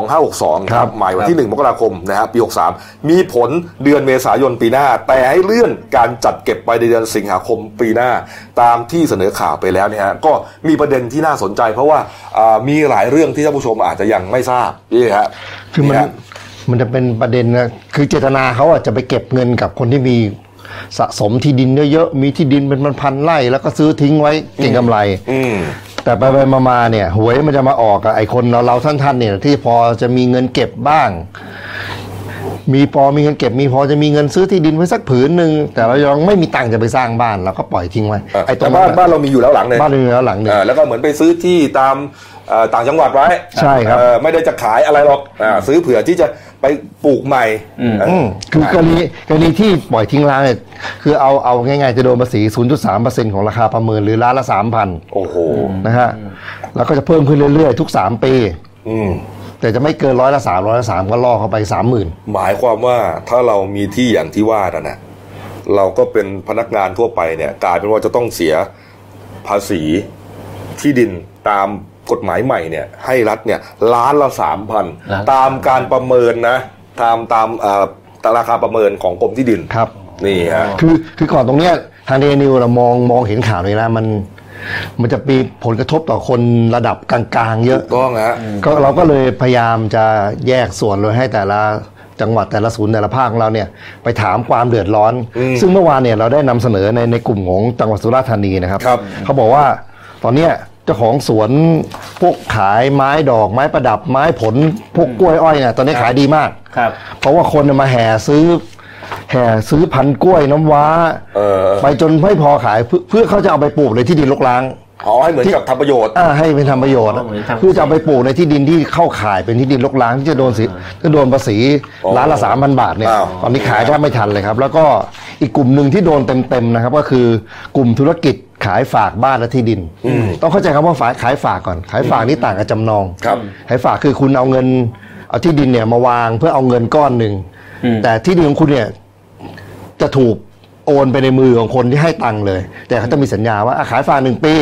2562 ครับหมายวันที่ 1 มกราคมนะฮะปี 63 มีผลเดือนเมษายนปีหน้า แต่ให้เลื่อนการจัดเก็บไปในเดือนสิงหาคมปีหน้า ตามที่เสนอข่าวไปแล้วเนี่ยฮะก็มีประเด็นที่น่าสนใจ เพราะว่าอ่ามีหลายเรื่องที่ท่านผู้ชมอาจจะยังไม่ทราบนี่ฮะ
คือมัน
ฮะ
มันจะเป็นประเด็นนะคือเจตนาเขาอ่ะจะไปเก็บเงินกับคนที่มีสะสมที่ดินเยอะๆมีที่ดินเป็นพันๆไร่แล้วก็ซื้อทิ้งไว้เก่งกำไร
อืม
แต่ไปๆมาๆเนี่ยหวยมันจะมาออกกับไอ้คนเราเราๆท่านๆเนี่ยที่พอจะมีเงินเก็บบ้าง มีพอมีเงินเก็บ มีพอจะมีเงินซื้อที่ดินไว้สักผืนหนึ่งแต่เรายังไม่มีตังค์จะไปสร้างบ้านเราก็ปล่อยทิ้งไว้
เออ
ไอ้ตร
แต่
ง
บ้าน
อะ
บ้านเรามีอยู่แล้วหลังหนึ่ง
บ้านเรือนหลังหนึ่ง
เออแล้วก็เหมือนไปซื้อที่ตามเอ่อต่างจังหวัดไว้
ใช่ครับ
เออไม่ได้จะขายอะไรหรอกอ่าซื้อเผื่อที่จะไปปลูกใหม่เออ
อืมคือกรณีกรณีที่ปล่อยทิ้งร้างเนี่ยคือเอาเอาง่ายๆจะโดนภาษี 0.3%ของราคาประเมินหรือร้านละ 3,000
โอ้โห
นะฮะแล้วก็จะเพิ่มขึ้นเรื่อยๆ ทุก 3 ปี
อืม
แต่จะไม่เกินร้อยละสามร้อยละสามก็ล่อเข้าไปสามหมื่น
หมายความว่าถ้าเรามีที่อย่างที่ว่าน่ะนะเราก็เป็นพนักงานทั่วไปเนี่ย กลายเป็นว่าจะต้องเสียภาษีที่ดินตามกฎหมายใหม่เนี่ย ให้รัฐเนี่ยล้านละสามพัน
ล้าน
ตามการประเมินนะ ตามตามเอ่อตามราคาประเมินของกรมที่ดิน
ครับ
นี่ฮะ
คือคือก่อนตรงเนี้ยทางเดนิวเรามองมองเห็นข่าวเลยนะมัน มันจะมีผลกระทบต่อคนระดับกลางๆ เยอะ
ถูกต้องฮะ
ก็เราก็เลยพยายามจะแยกส่วนเลยให้แต่ละจังหวัดแต่ละศูนย์แต่ละภาคของเราเนี่ยไปถามความเดือดร้อน
อืม
ซึ่งเมื่อวานเนี่ยเราได้นำเสนอในในกลุ่มของจังหวัดสุราษฎร์ธานีนะครับ
ครับ
เขาบอกว่าตอนเนี้ยเจ้าของสวนพวกขายไม้ดอกไม้ประดับไม้ผลพวกกล้วยอ้อยเนี่ยตอนนี้ขายดีมาก
ครับ
เพราะว่าคนเนี่ยมาแห่ซื้อ แห่ซื้อพันธุ์กล้วยน้ำว้า
เออ
ไปจนไม่พอขายเพื่อเพื่อเขาจะเอาไปปลูกในที่ดินรกร้าง
เอาให้เหมือนกับทำประโยชน์
อ่าให้เป็นทำประโยชน์
อ๋อเหมือนทำ
เพื่อจะเอาไปปลูกในที่ดินที่เข้าขายเป็นที่ดินรกร้างที่จะโดนสีจะโดนภาษี
อ๋อ
ล้านละสามพันบาทเนี่ย
อ้าว
ตอนนี้ขายแทบไม่ทันเลยครับ แล้วก็อีกกลุ่มหนึ่งที่โดนเต็มๆนะครับ ก็คือกลุ่มธุรกิจขายฝากบ้านและที่ดิน ต้องเข้าใจคำว่าฝากขายฝากก่อน ขายฝากนี่ต่างกับจำนอง
ครับ
ขายฝากคือคุณเอาเงินเอาที่ดินเนี่ยมาวางเพื่อเอาเงินก้อนหนึ่ง
อืม
แต่ที่ดินของคุณเนี่ยจะถูกโอนไปในมือของคนที่ให้ตังค์เลย แต่เขาจะมีสัญญาว่าอ่ะขายฝากหนึ่งปี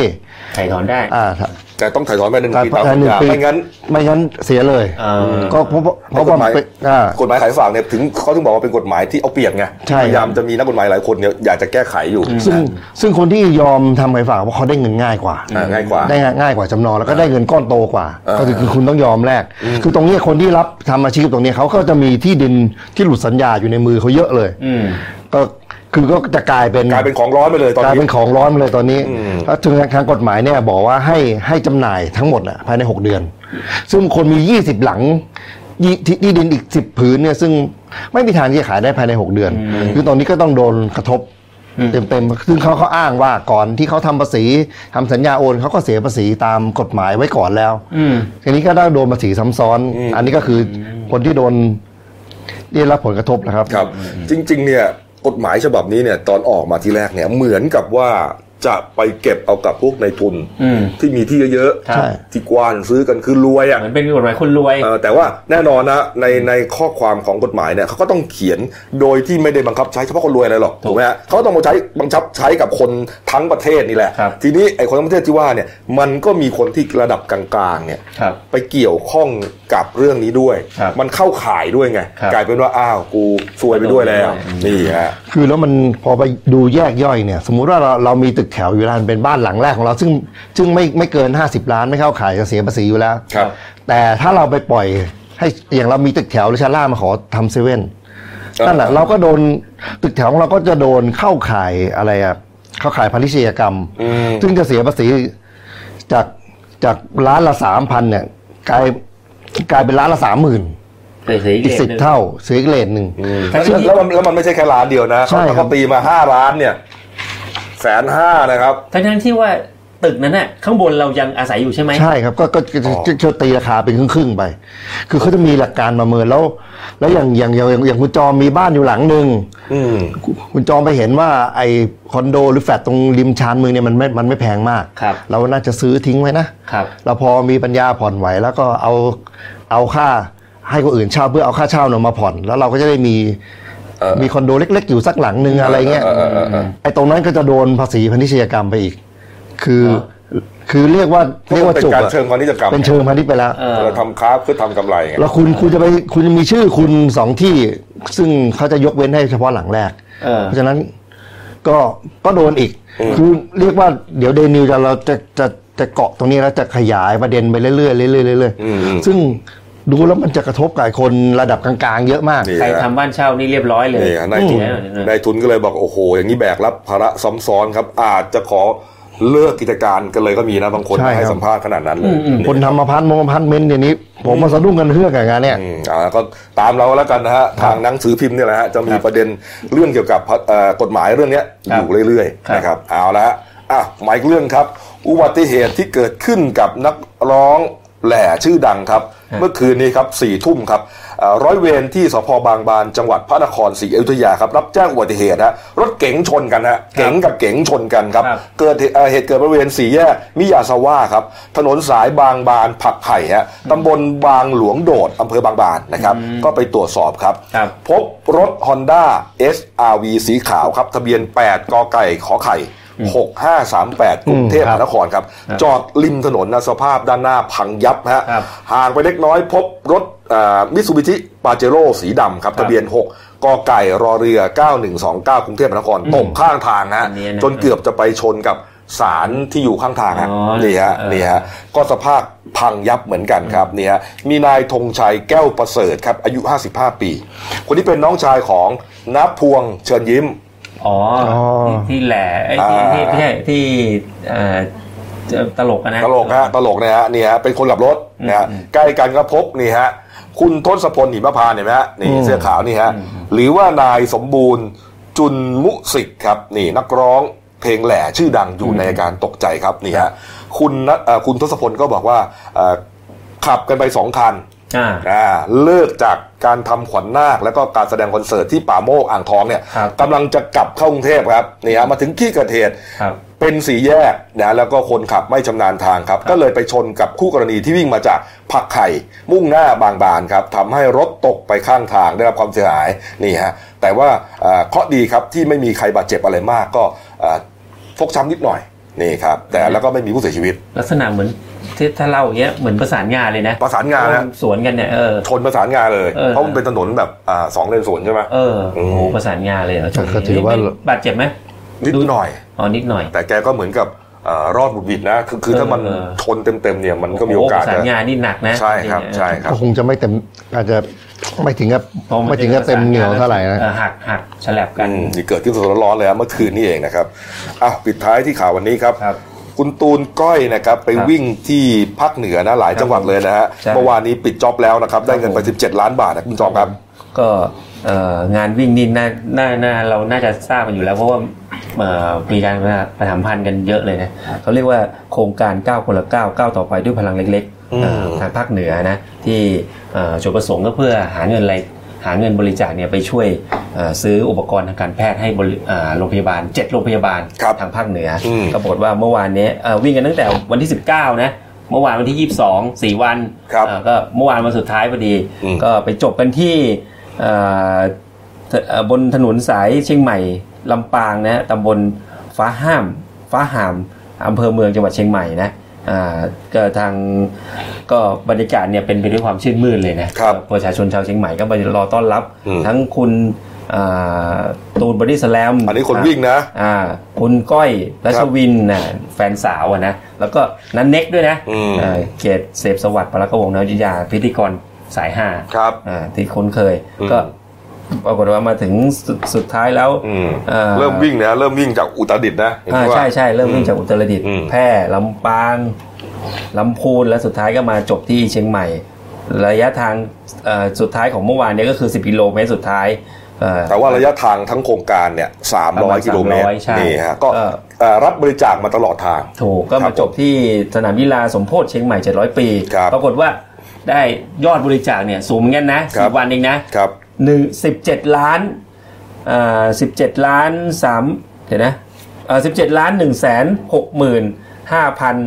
ไถ่ถอนได้
อ่า
แต่ต้องถ่ายถอนไปหนึ่ง
การ
ปี
พั
ตาม
ฒ
สั
นา
ญ
หนึ่ง
ญา
ปี
ไม่งั้น
ไม่งั้นเสียเลย
อ่า
ก็เพราะเพราะ
กฎ
ว่า
หมาย
เป็น อ่า
กฎหมายขายฝากเนี่ยถึงเขาถึงบอกว่าเป็นกฎหมายที่เอาเปรียบไง
ใช่ครั
พ
บ
ยายามจะมีนักกฎหมายหลายคนเนี่ยอยากจะแก้ไขอยู่
ซึ่งซึ่งคนที่ยอมทำไงฝากเพราะเขาได้เงินง่ายกว่า
อ่าง่ายกว่า
ได้ง่ายกว่าจำนองแล้วก็ได้เงินก้อนโตกว่า
เออ
ก็คือคุณต้องยอมแลกคือตรงเนี้ยคนที่รับทำอาชีพตรงเนี้ยเขาก็จะมีที่ดินที่หลุดสัญญาอยู่ในมือเขาเยอะเลยก็คือก็จะกลายเป็น
กลายเป็นของร้อนไปเลยตอนนี้
กลายเป็นของร้อนไปเลยตอนนี้
อืม
แล้วถึงทางกฎหมายเนี่ยบอกว่าให้ให้จำหน่ายทั้งหมดอะภายใน 6 เดือน ซึ่งคนมี 20 หลังยี่ที่ที่ดินอีก 10 ผืนเนี่ยซึ่งไม่มีทางที่จะขายได้ภายใน 6 เดือน คือตอนนี้ก็ต้องโดนกระทบ เต็มๆ ซึ่งเขาเขาอ้างว่าก่อนที่เขาทำภาษีทำสัญญาโอนเขาก็เสียภาษีตามกฎหมายไว้ก่อนแล้วทีนี้ก็ได้โดนภาษีซ้ำซ้อน อันนี้ก็คือคนที่โดนได้รับผลกระทบนะครับ
ครับจริงๆเนี่ยกฎหมายฉบับนี้เนี่ยตอนออกมาที่แรกเนี่ยเหมือนกับว่าจะไปเก็บเอากับพวกในทุน
อืม
ที่มีที่เยอะ
ครับ
ใช่
ๆที่กว้านซื้อกันคือรวยอ่ะ
เหมือนเป็นกฎหมายคนรวย
เออแต่ว่าแน่นอนนะในในข้อความของกฎหมายเนี่ยเขาก็ต้องเขียนโดยที่ไม่ได้บังคับใช้เฉพาะคนรวยอะไรหรอก
ถูก
ถูกไหมฮะเขาก็ต้องมาใช้บังคับใช้กับคนทั้งประเทศนี่แหละ
ครับ
ทีนี้ไอ้คนทั้งประเทศที่ว่าเนี่ยมันก็มีคนที่ระดับกลางๆเนี่ย
ครับ
ไปเกี่ยวข้องกับเรื่องนี้ด้วย
ครับ
มันเข้าข่ายด้วยไง
ครับ
กลายเป็นว่าอ้าวกูซวยไปด้วยแล้ว
อืม
นี่ฮะ
คือแล้วมันพอไปดูแยกย่อยเนี่ย สมมุติว่าเราเรามีตึกแถวอยู่แล้วเป็นบ้านหลังแรกของเรา ซึ่งซึ่งไม่ไม่เกิน 50 ล้านไม่เข้าขายจะเสียภาษีอยู่แล้ว
ครับ
แต่ถ้าเราไปปล่อยให้อย่างเรามีตึกแถวหรือชั้นล่างมาขอทำเซเว่น
ครับ
นั่นแหละเราก็โดนตึกแถวของเราก็จะโดนเข้าขายอะไรอะเข้าขายพาณิชยกรรม
อืม
ซึ่งจะเสียภาษีจากจากร้านละสามพันเนี่ยกลายกลายเป็นร้านละสามหมื่น
เสียอี
อีก
ก
สิบ
หนึ่ง
เท่าเสียอีกเลนหนึ่ง
แล้วมันแล้วมันแล้วมันไม่ใช่แค่ร้านเดียวนะ
ใช่ครับ
เขาตีมาห้าร้านเนี่ยแสนห้านะครับ
ทั้งทั้งๆที่ว่าตึกนั้นน่ะข้างบนเรายังอาศัยอยู่ใช่ไหม
ใช่ครับก็ก็ก็
อ๋อ
จะจะตีราคาเป็นครึ่งๆไป คือเขาจะมีหลักการประเมินแล้ว แล้วอย่างอย่างอย่างอย่างคุณจอมมีบ้านอยู่หลังหนึ่ง
อืม
คุณคุณจอมไปเห็นว่าไอคอนโดหรือแฟลตตรงริมชานเมืองเนี่ยมันไม่มันไม่แพงมาก
ครับ
เราน่าจะซื้อทิ้งไว้นะ
ครับ
เราพอมีปัญญาผ่อนไหวแล้วก็เอาเอาค่าให้คนอื่นเช่าเพื่อเอาค่าเช่าเนี่ยมาผ่อน แล้วเราก็จะได้มี
เออ
มีคอนโดเล็ก ๆ อยู่สักหลังหนึ่งอะไรเงี้ย
เออเออเออเออ
ไอ้ตรงนั้นก็จะโดนภาษีพาณิชยกรรมไปอีก คือคือเรียกว่าเรียกว่า
เป็น
จุก
การ
อะ
เชิงพาณิชยกรรม
เป็นเชิงพาณิชย์ไปแล้ว
เออ
เราทำค้าเพื่อทำกำไรไง
แล้วคุณคุณจะไปคุณจะมีชื่อคุณสองที่ ซึ่งเขาจะยกเว้นให้เฉพาะหลังแรก
เออ
เพราะฉะนั้นก็ก็โดนอีก คือเรียกว่าเดี๋ยวเดนิวจะเราจะจะจะเกาะตรงนี้แล้วจะขยายประเด็นไปเรื่อยๆเรื่อยๆเรื่อย
อืม
ๆซึ่งดูแล้วมันจะกระทบกับคนระดับกลางๆ เยอะมาก
นี่
ใคร
ฮะ
ทำบ้านเช่านี่เรียบร้อยเลย
นี่ฮะนายทุน
เออ
นายทุนก็เลยบอกโอ้โห อย่างนี้แบกรับภาระซ้ำซ้อนครับ อาจจะขอเลิกกิจการกันเลยก็มีนะบางคน
ใช่ครับ
ให้สัมภาษณ์ขนาดนั้นเลยนี่
คนทำมาพันมงพันเมนต์เดี๋ยวนี้ ผมมาสะดุ้งกันเฮือกกับงานเนี่ย
อืมเอาละก็ตามเราแล้วกันนะฮะทางหนังสือพิมพ์เนี่ยแหละฮะจะมีประเด็นเรื่องเกี่ยวกับพระเอ่อกฎหมายเรื่องเนี้ย
ค
อบ
รั
ยู่เรื่อย
ค
ๆ
รับ
นะครับเอาละฮะอ่ะหมายเรื่องครับ อุบัติเหตุที่เกิดขึ้นกับนักร้องแหล่ชื่อดังครับ เมื่อคืนนี้ครับสี่ทุ่มครับเอ่อร้อยเวรที่สพบางบานจังหวัดพระนครศรีอยุธยาครับรับแจ้งอุบัติเหตุฮะรถเก๋งชนกันฮะเก๋งกับเก๋งชนกันครับ
ครับ
เกิดเหตุเอ่อเหตุเกิดบริเวณสี่แยกมิยาซาว่าครับ ถนนสายบางบานผักไห่ฮะตำบลบางหลวงโดดอำเภอบางบานนะครับ ก็ไปตรวจสอบครับ
ครับ
พบรถ Honda SRV สีขาวครับ ทะเบียน 8กอไก่ขอไข่ 6538กรุงเทพมหานครครับ จอดริมถนนนะสภาพด้านหน้าพังยับฮะ
ครับ
ห่างไปเล็กน้อยพบรถมิสูบิชิปาเจโร่สีดำครับ ทะเบียน 6กอไก่รอเรือ 9129 กรุงเทพมหานครตกข้างทางฮะ
อันนี้นะ
จนเกือบจะไปชนกับสารที่อยู่ข้างทางฮะ
อ๋อ
นี่ฮะ
เออ
นี่ฮะก็สภาพพังยับเหมือนกันครับนี่ฮะมีนายธงชัยแก้วประเสริฐครับ อายุ 55 ปี คนนี้เป็นน้องชายของนับพวงเชิญยิ้ม
อ๋อ
อ๋อ
ที่ที่แหล่ไอ้ที่
อ่า
ที่ไม่ใช่ที่เอ่อเอ่อตลกอะนะ
ตลกฮะตลกนะฮะนี่ฮะเป็นคนขับรถนะฮะใกล้กันก็พบนี่ฮะคุณทศพลหิมพานต์เห็นไหมฮะนี่เสื้อขาวนี่ฮะหรือว่านายสมบูรณ์จุนมุสิกครับนี่นักร้องเพลงแหล่ชื่อดังอยู่ในอาการตกใจครับนี่ฮะคุณนะเอ่อคุณทศพลก็บอกว่าเอ่อขับกันไปสองคัน
อ่า
อ่าเลิกจากการทำขวัญนาค แล้วก็การแสดงคอนเสิร์ตที่ป่าโมกอ่างทองเนี่ย
ครับ
กำลังจะกลับเข้ากรุงเทพครับนี่ฮะมาถึงที่เกิดเหตุ
ครับ
เป็นสี่แยกนะแล้วก็คนขับไม่ชำนาญทางครับ ก็เลยไปชนกับคู่กรณีที่วิ่งมาจากผักไข่ มุ่งหน้าบางบานครับทำให้รถตกไปข้างทางได้รับความเสียหายนี่ฮะแต่ว่าเอ่อเคราะห์ดีครับที่ไม่มีใครบาดเจ็บอะไรมากก็เอ่อฟกช้ำนิดหน่อย นี่ครับ แต่แล้วก็ไม่มีผู้เสียชีวิต
ลักษณะเหมือนที่ถ้าเล่าอย่างเงี้ยเหมือนประสานงานเลยนะ
ประสานงานนะ
สวนกันเนี่ยเออ
ชนประสานงานเลย
เออ
เพราะมันเป็นถนนแบบอ่าสองเลนสวนใช่ไหม
เออโอ้โห
อืม
ประสานงานเลยเหรอชน
ก็ถือว่า
นี่บาดเจ็บไหม
นิดหน่อย
อ๋อนิดหน่อย
แต่แกก็เหมือนกับเอ่อรอดบุดหวิดนะ คือคือถ้ามัน
เออ
ชนเต็มๆเนี่ยมันก็มีโอกาส
หประสานงานนี่หนักนะ
ใช่ครับใช่ครับ
ก็คงจะไม่เต็มอาจจะไม่ถึงกับ
พอ
ไม่ถึงกับเต็มเหนียวเท่าไหร่นะ
ออหักหักฉลับกัน
อืมนี่เกิดขึ้นสดๆร้อนๆเลยครับเมื่อคืนนี้เองนะครับอ่ะปิดท้ายที่ข่าววันนี้ครับ
ครับ
คุณตูนก้อยนะครับไป
ครับ
วิ่งที่ภาคเหนือนะหลายจังหวัดเลยนะฮะ
ใช่
เมื่อวานนี้ปิดจ็อบแล้วนะครับ ได้เงินไป 17 ล้านบาทนะคุณจอมครับ
ก็เอ่องานวิ่งนี่น่าน่าน่าเราน่าจะทราบกันอยู่แล้ว เพราะว่าเอ่อมีการประชาสัมพันธ์กันเยอะเลยนะเขาเรียกว่าโครงการ 9 คนละ 9 9 ต่อไปด้วยพลังเล็ก
อืม
ๆเอ่อทางภาคเหนือนะที่เอ่อจุดประสงค์ก็เพื่อหาเงินอะไรหาเงินบริจาคเนี่ยไปช่วยเอ่อซื้ออุปกรณ์ทางการแพทย์ให้บริเอ่อโรงพยาบาล 7 โรงพยาบาล
ครับ
ทางภาคเหนืออ
ม
ปรากฏว่าเมื่อวานเนี้ยเอ่อวิ่งกันตั้งแต่วันที่ 19 นะ เมื่อวานวันที่ 22 4 วัน
ครับ
เอ่อก็เมื่อวานวันสุดท้ายพอดี
อืม
ก็ไปจบกันที่เอ่อถเอ่อบนถนนสายเชียงใหม่ลำปางนะฮะตำบลฟ้าห้าม ฟ้าหามอำเภอเมืองจังหวัดเชียงใหม่นะอ่าก็ทางก็บรรยากาศเนี่ยเป็นไปด้วยความชื่นมื่นเลยนะครับ ประชาชนชาวเชียงใหม่ก็ไปรอต้อนรับ
อืม
ทั้งคุณอ่าตูนบอดี้สแลม
อันนี้คนวิ่งนะ
อ่าคุณก้อยรัชวินน่ะแฟนสาวอะนะแล้วก็นันเน็กด้วยนะ
อืม
เอ่อเกตเสพสวัสดิ์ปรากวงศ์นวจิยาพิธีกรสายห้า
ครับ
อ่าที่คุ้นเคย
อืม
ก็ปรากฏว่ามาถึงสุดสุดท้ายแล้ว
อืม
อ่อ
เริ่มวิ่งนะเริ่มวิ่งจากอุตรดิตถ์นะเห็น
อ่า
ไหมว่า
ใช่ใช่เริ่มวิ่งจากอุตรดิตถ์
อืม
แพร่ลำปางลำพูนและสุดท้ายก็มาจบที่เชียงใหม่ ระยะทางเอ่อสุดท้ายของเมื่อวานเนี้ก็คือ 10กิโลเมตรสุดท้ายเอ่อ
แต่ว่าระยะทางทั้งโครงการเนี่ย
ประมาณ
300 กิโลเมตร
300ใช่
นี่ฮะก็
เออ
เอ่อรับบริจาคมาตลอดทาง
ถูกก็
ครั
มา
บ
จบที่สนามกีฬาสมโพธิเชียงใหม่ 700 ปี
ครับ
ปรากฏว่าได้ยอดบริจาคเนี่ยสูงเหมือนกันนะครับ สิบวันเองนะครับ หนึ่งสิบเจ็ดล้านอ่าสิบเจ็ดล้านสามเดี๋ยวนะอ่าสิบเจ็ดล้านหนึ่งแสนหกหมื่นห้าพัน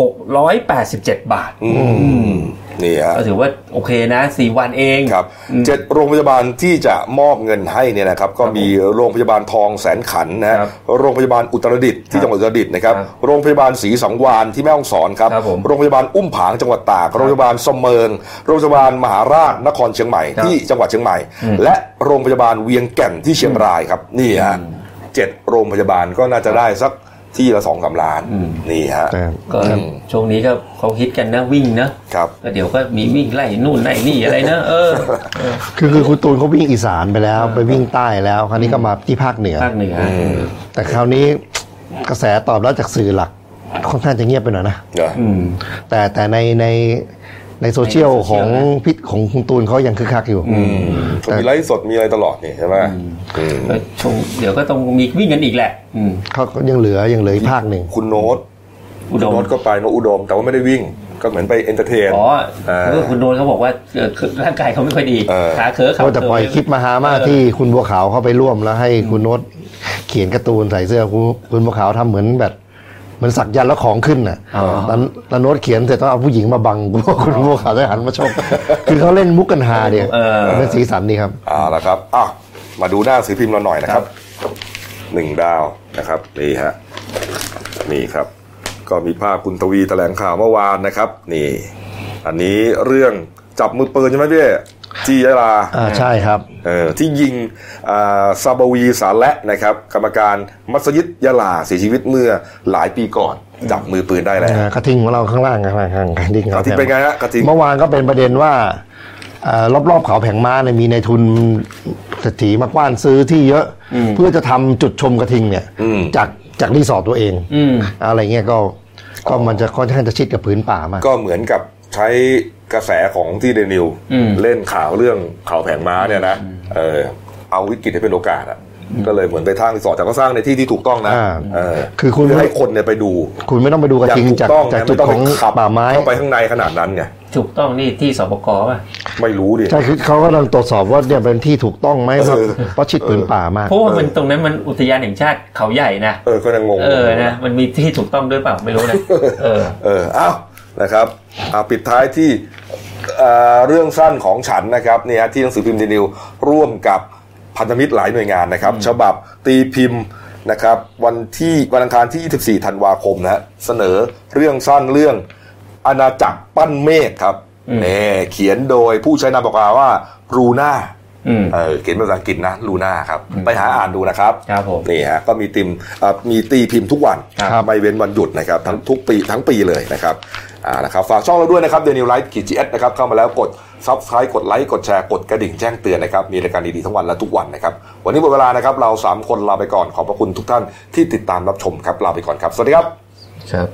หกร้อยแปดสิบเจ็ดบาท
อืมนี่ฮะ
ก็ถือว่าโอเคนะสี่วันเอง
ครับ
อืม
เจ็ดโรงพยาบาลที่จะมอบเงินให้เนี่ยนะครับ ก็มีโรงพยาบาลทองแสนขันธ์นะฮะ
ครับ
โรงพยาบาลอุตรดิตถ์ที่จังหวัดอุตรดิตถ์นะครับ
ครับ
โรงพยาบาลศรีสังวานที่แม่ฮ่องสอนครับ
ครับผม
โรงพยาบาลอุ้มผางจังหวัดตากโรงพยาบาลสมเมิงโรงพยาบาลมหาราชนครเชียงใหม่
ครับ
ที่จังหวัดเชียงใหม่
อืม
และโรงพยาบาลเวียงแก่นที่เชียงรายครับนี่ฮะเจ็ดโรงพยาบาลก็น่าจะได้สักที่ละสองสามล้านนี่ฮะ
แต่
ก็ช่วงนี้ก็เขาฮิตกันนะวิ่งนะครับ ก็เดี๋ยวก็มีวิ่งไล่นู่นไล่นี่อะไรนะเอ อเออ
คือคือคุณตูนเขาวิ่งอีสานไปแล้ว ไปวิ่งใต้แล้ว คราวนี้ก็มาที่ภาคเหนือ
ภาคเหนืออ
แต่คราวนี้กระแสตอบรับจากสื่อหลัก ค่อนข้างจะเงียบไปหน่อยนะ
เดี๋ยว
อืม
แต่แต่ในในในโซเชียล
ในโซเชี
ข
ย
อ
ล
ง
นะ
พิษของคุณตูนเขายังคึกคักอยู่
มีไลฟ์สดมีอะไรตลอดนี่ใช่ไหมอืม
ก็ชงเดี๋ยวก็ต้องมีวิ่งกันอีกแหละ อืม
เขาก็ยังเหลือยังเหลืออีกภาคหนึ่ง
คุณโน้ต
อุดม
โน้ตก็ไปโนตอุดม แต่ว่าไม่ได้วิ่งก็เหมือนไปเอนเตอร์เทน
อ๋อ
เออ
เออคุณโดนเขาบอกว่าเอ่อคือร่างกายเขาไม่ค่อยดี
เออ
ขาเขอเข่า
ก็แต่ปล่อยคลิปมาหามากที่คุณบัวขาวเข้าไปร่วมแล้วให้คุณโน้ตเขียนการ์ตูนใส่เสื้อคุณคุณบัวขาวทำเหมือนแบบเหมือนสักยันต์แล้วของขึ้นน่ะแล้วแล้วโน้ตเขียนเสร็จต้องเอาผู้หญิงมาบังกลัวคุณบัวขาวจะหันมาช มคือเขาเล่นมุกกันฮาเดียวเป็นสีสันดีครับ
อ่าละครับอ่ะมาดูหน้าสือพิมพ์เราหน่อยนะครับหนึ่งดาวนะครับนี่ฮะนี่ครับ ก็มีภาพคุณทวีแถลงข่าวเมื่อวานนะครับ นี่ อันนี้เรื่องจับมือปืนใช่ไหมพี่ที่ยะลา
อ่าใช่ครับ
เออที่ยิงอ่าซาบาวีสาและนะครับ กรรมการมัสยิดยะลาเสียชีวิตเมื่อหลายปีก่อน จับมือปืนได้แล้ว
อ่ากระทิงของเราข้างล่างข้างล่างข้างล่างกระทิง
ก
เขา
ระทิง
แผ
เป็นไงฮะกระทิง
เมื่อวานก็เป็นประเด็นว่าเอ่อรอบๆเขาแผงม้าเนี่ยมีในทุนเศรษฐีมากว้านซื้อที่เยอะ เพื่อจะทำจุดชมกระทิงเนี่ย
อืม
จากจากรีสอร์ทตัวเอง
อืม
อะไรเงี้ยก็ก็มันจะค่อนข้างจะชิดกับผืนป่ามาก
ก็เหมือนกับใช้กระแสของที่เดนิว
อืม
เล่นข่าวเรื่องข่าวแผงม้าเนี่ยนะเออเอาวิกฤตให้เป็นโอกาสอ่ะก็เลยเหมือนไปทางรีสอร์ทแต่ก็สร้างในที่ที่ถูกต้องนะ
อ่า
เออ
คือคุณ
เพื่ให้คนเนี่ยไปดู
คุณไม่ต้องไปดูกระ
อย่าง
ทิง
ถูก
จาก
ต้อง
จาก
นะ
จุ
ไม่
ด
ต้อง
ข
ไป
อง
ขับ
ป่าไม้
เข้าไปข้างในขนาดนั้นไง
ถูกต้องนี่ที่สบกป่ะ
ไม่รู้ดิ
ใช่คือเขาก็ต้องตรวจสอบว่าเนี่ยเป็นที่ถูกต้องไหม
เออ
เพราะชิดผืนป่ามาก
เพราะว่ามันตรงนั้นมันอุทยานแห่งชาติเขาใหญ่นะ
เออก็ยังงง
เออนะ มันมีที่ถูกต้องด้วยเปล่าไม่รู้นะ เออ
เออเอ้านะครับอ่าปิดท้ายที่เอ่อเรื่องสั้นของฉันนะครับเนี่ยที่หนังสือพิมพ์เดนิวร่วมกับพันธมิตรหลายหน่วยงานนะครับ ฉบับตีพิมพ์ นะครับวันที่วันอังคารที่ 24 ธันวาคมนะฮะเสนอเรื่องสั้นเรื่องอาณาจักรปั้นเมฆครับ
อืม
เน่เขียนโดยผู้ใช้นามปากกาว่ารูน่า
อืม
เออเขียนเป็นภาษาอังกฤษนะลูน่าครับ
อืม
ไปหาอ่านดูนะครับ
ครับผม
นี่ฮะก็มีติมเอ่อมีตีพิมพ์ทุกวัน
ครับ
ไม่เว้นวันหยุดนะครับทั้งทุกปีทั้งปีเลยนะครับอ่านะครับฝากช่องเราด้วยนะครับเดนิวไลฟ์กีจีเอสนะครับเข้ามาแล้วกดซับสไครต์กดไลค์กดแชร์กดกระดิ่งแจ้งเตือนนะครับมีรายการดีๆทั้งวันและทุกวันนะครับวันนี้หมดเวลานะครับเราสามคนลาไปก่อนขอบพระคุณทุกท่านที่ติดตามรับชมครับลาไปก่อนครับสวัสดีครับ
ครับ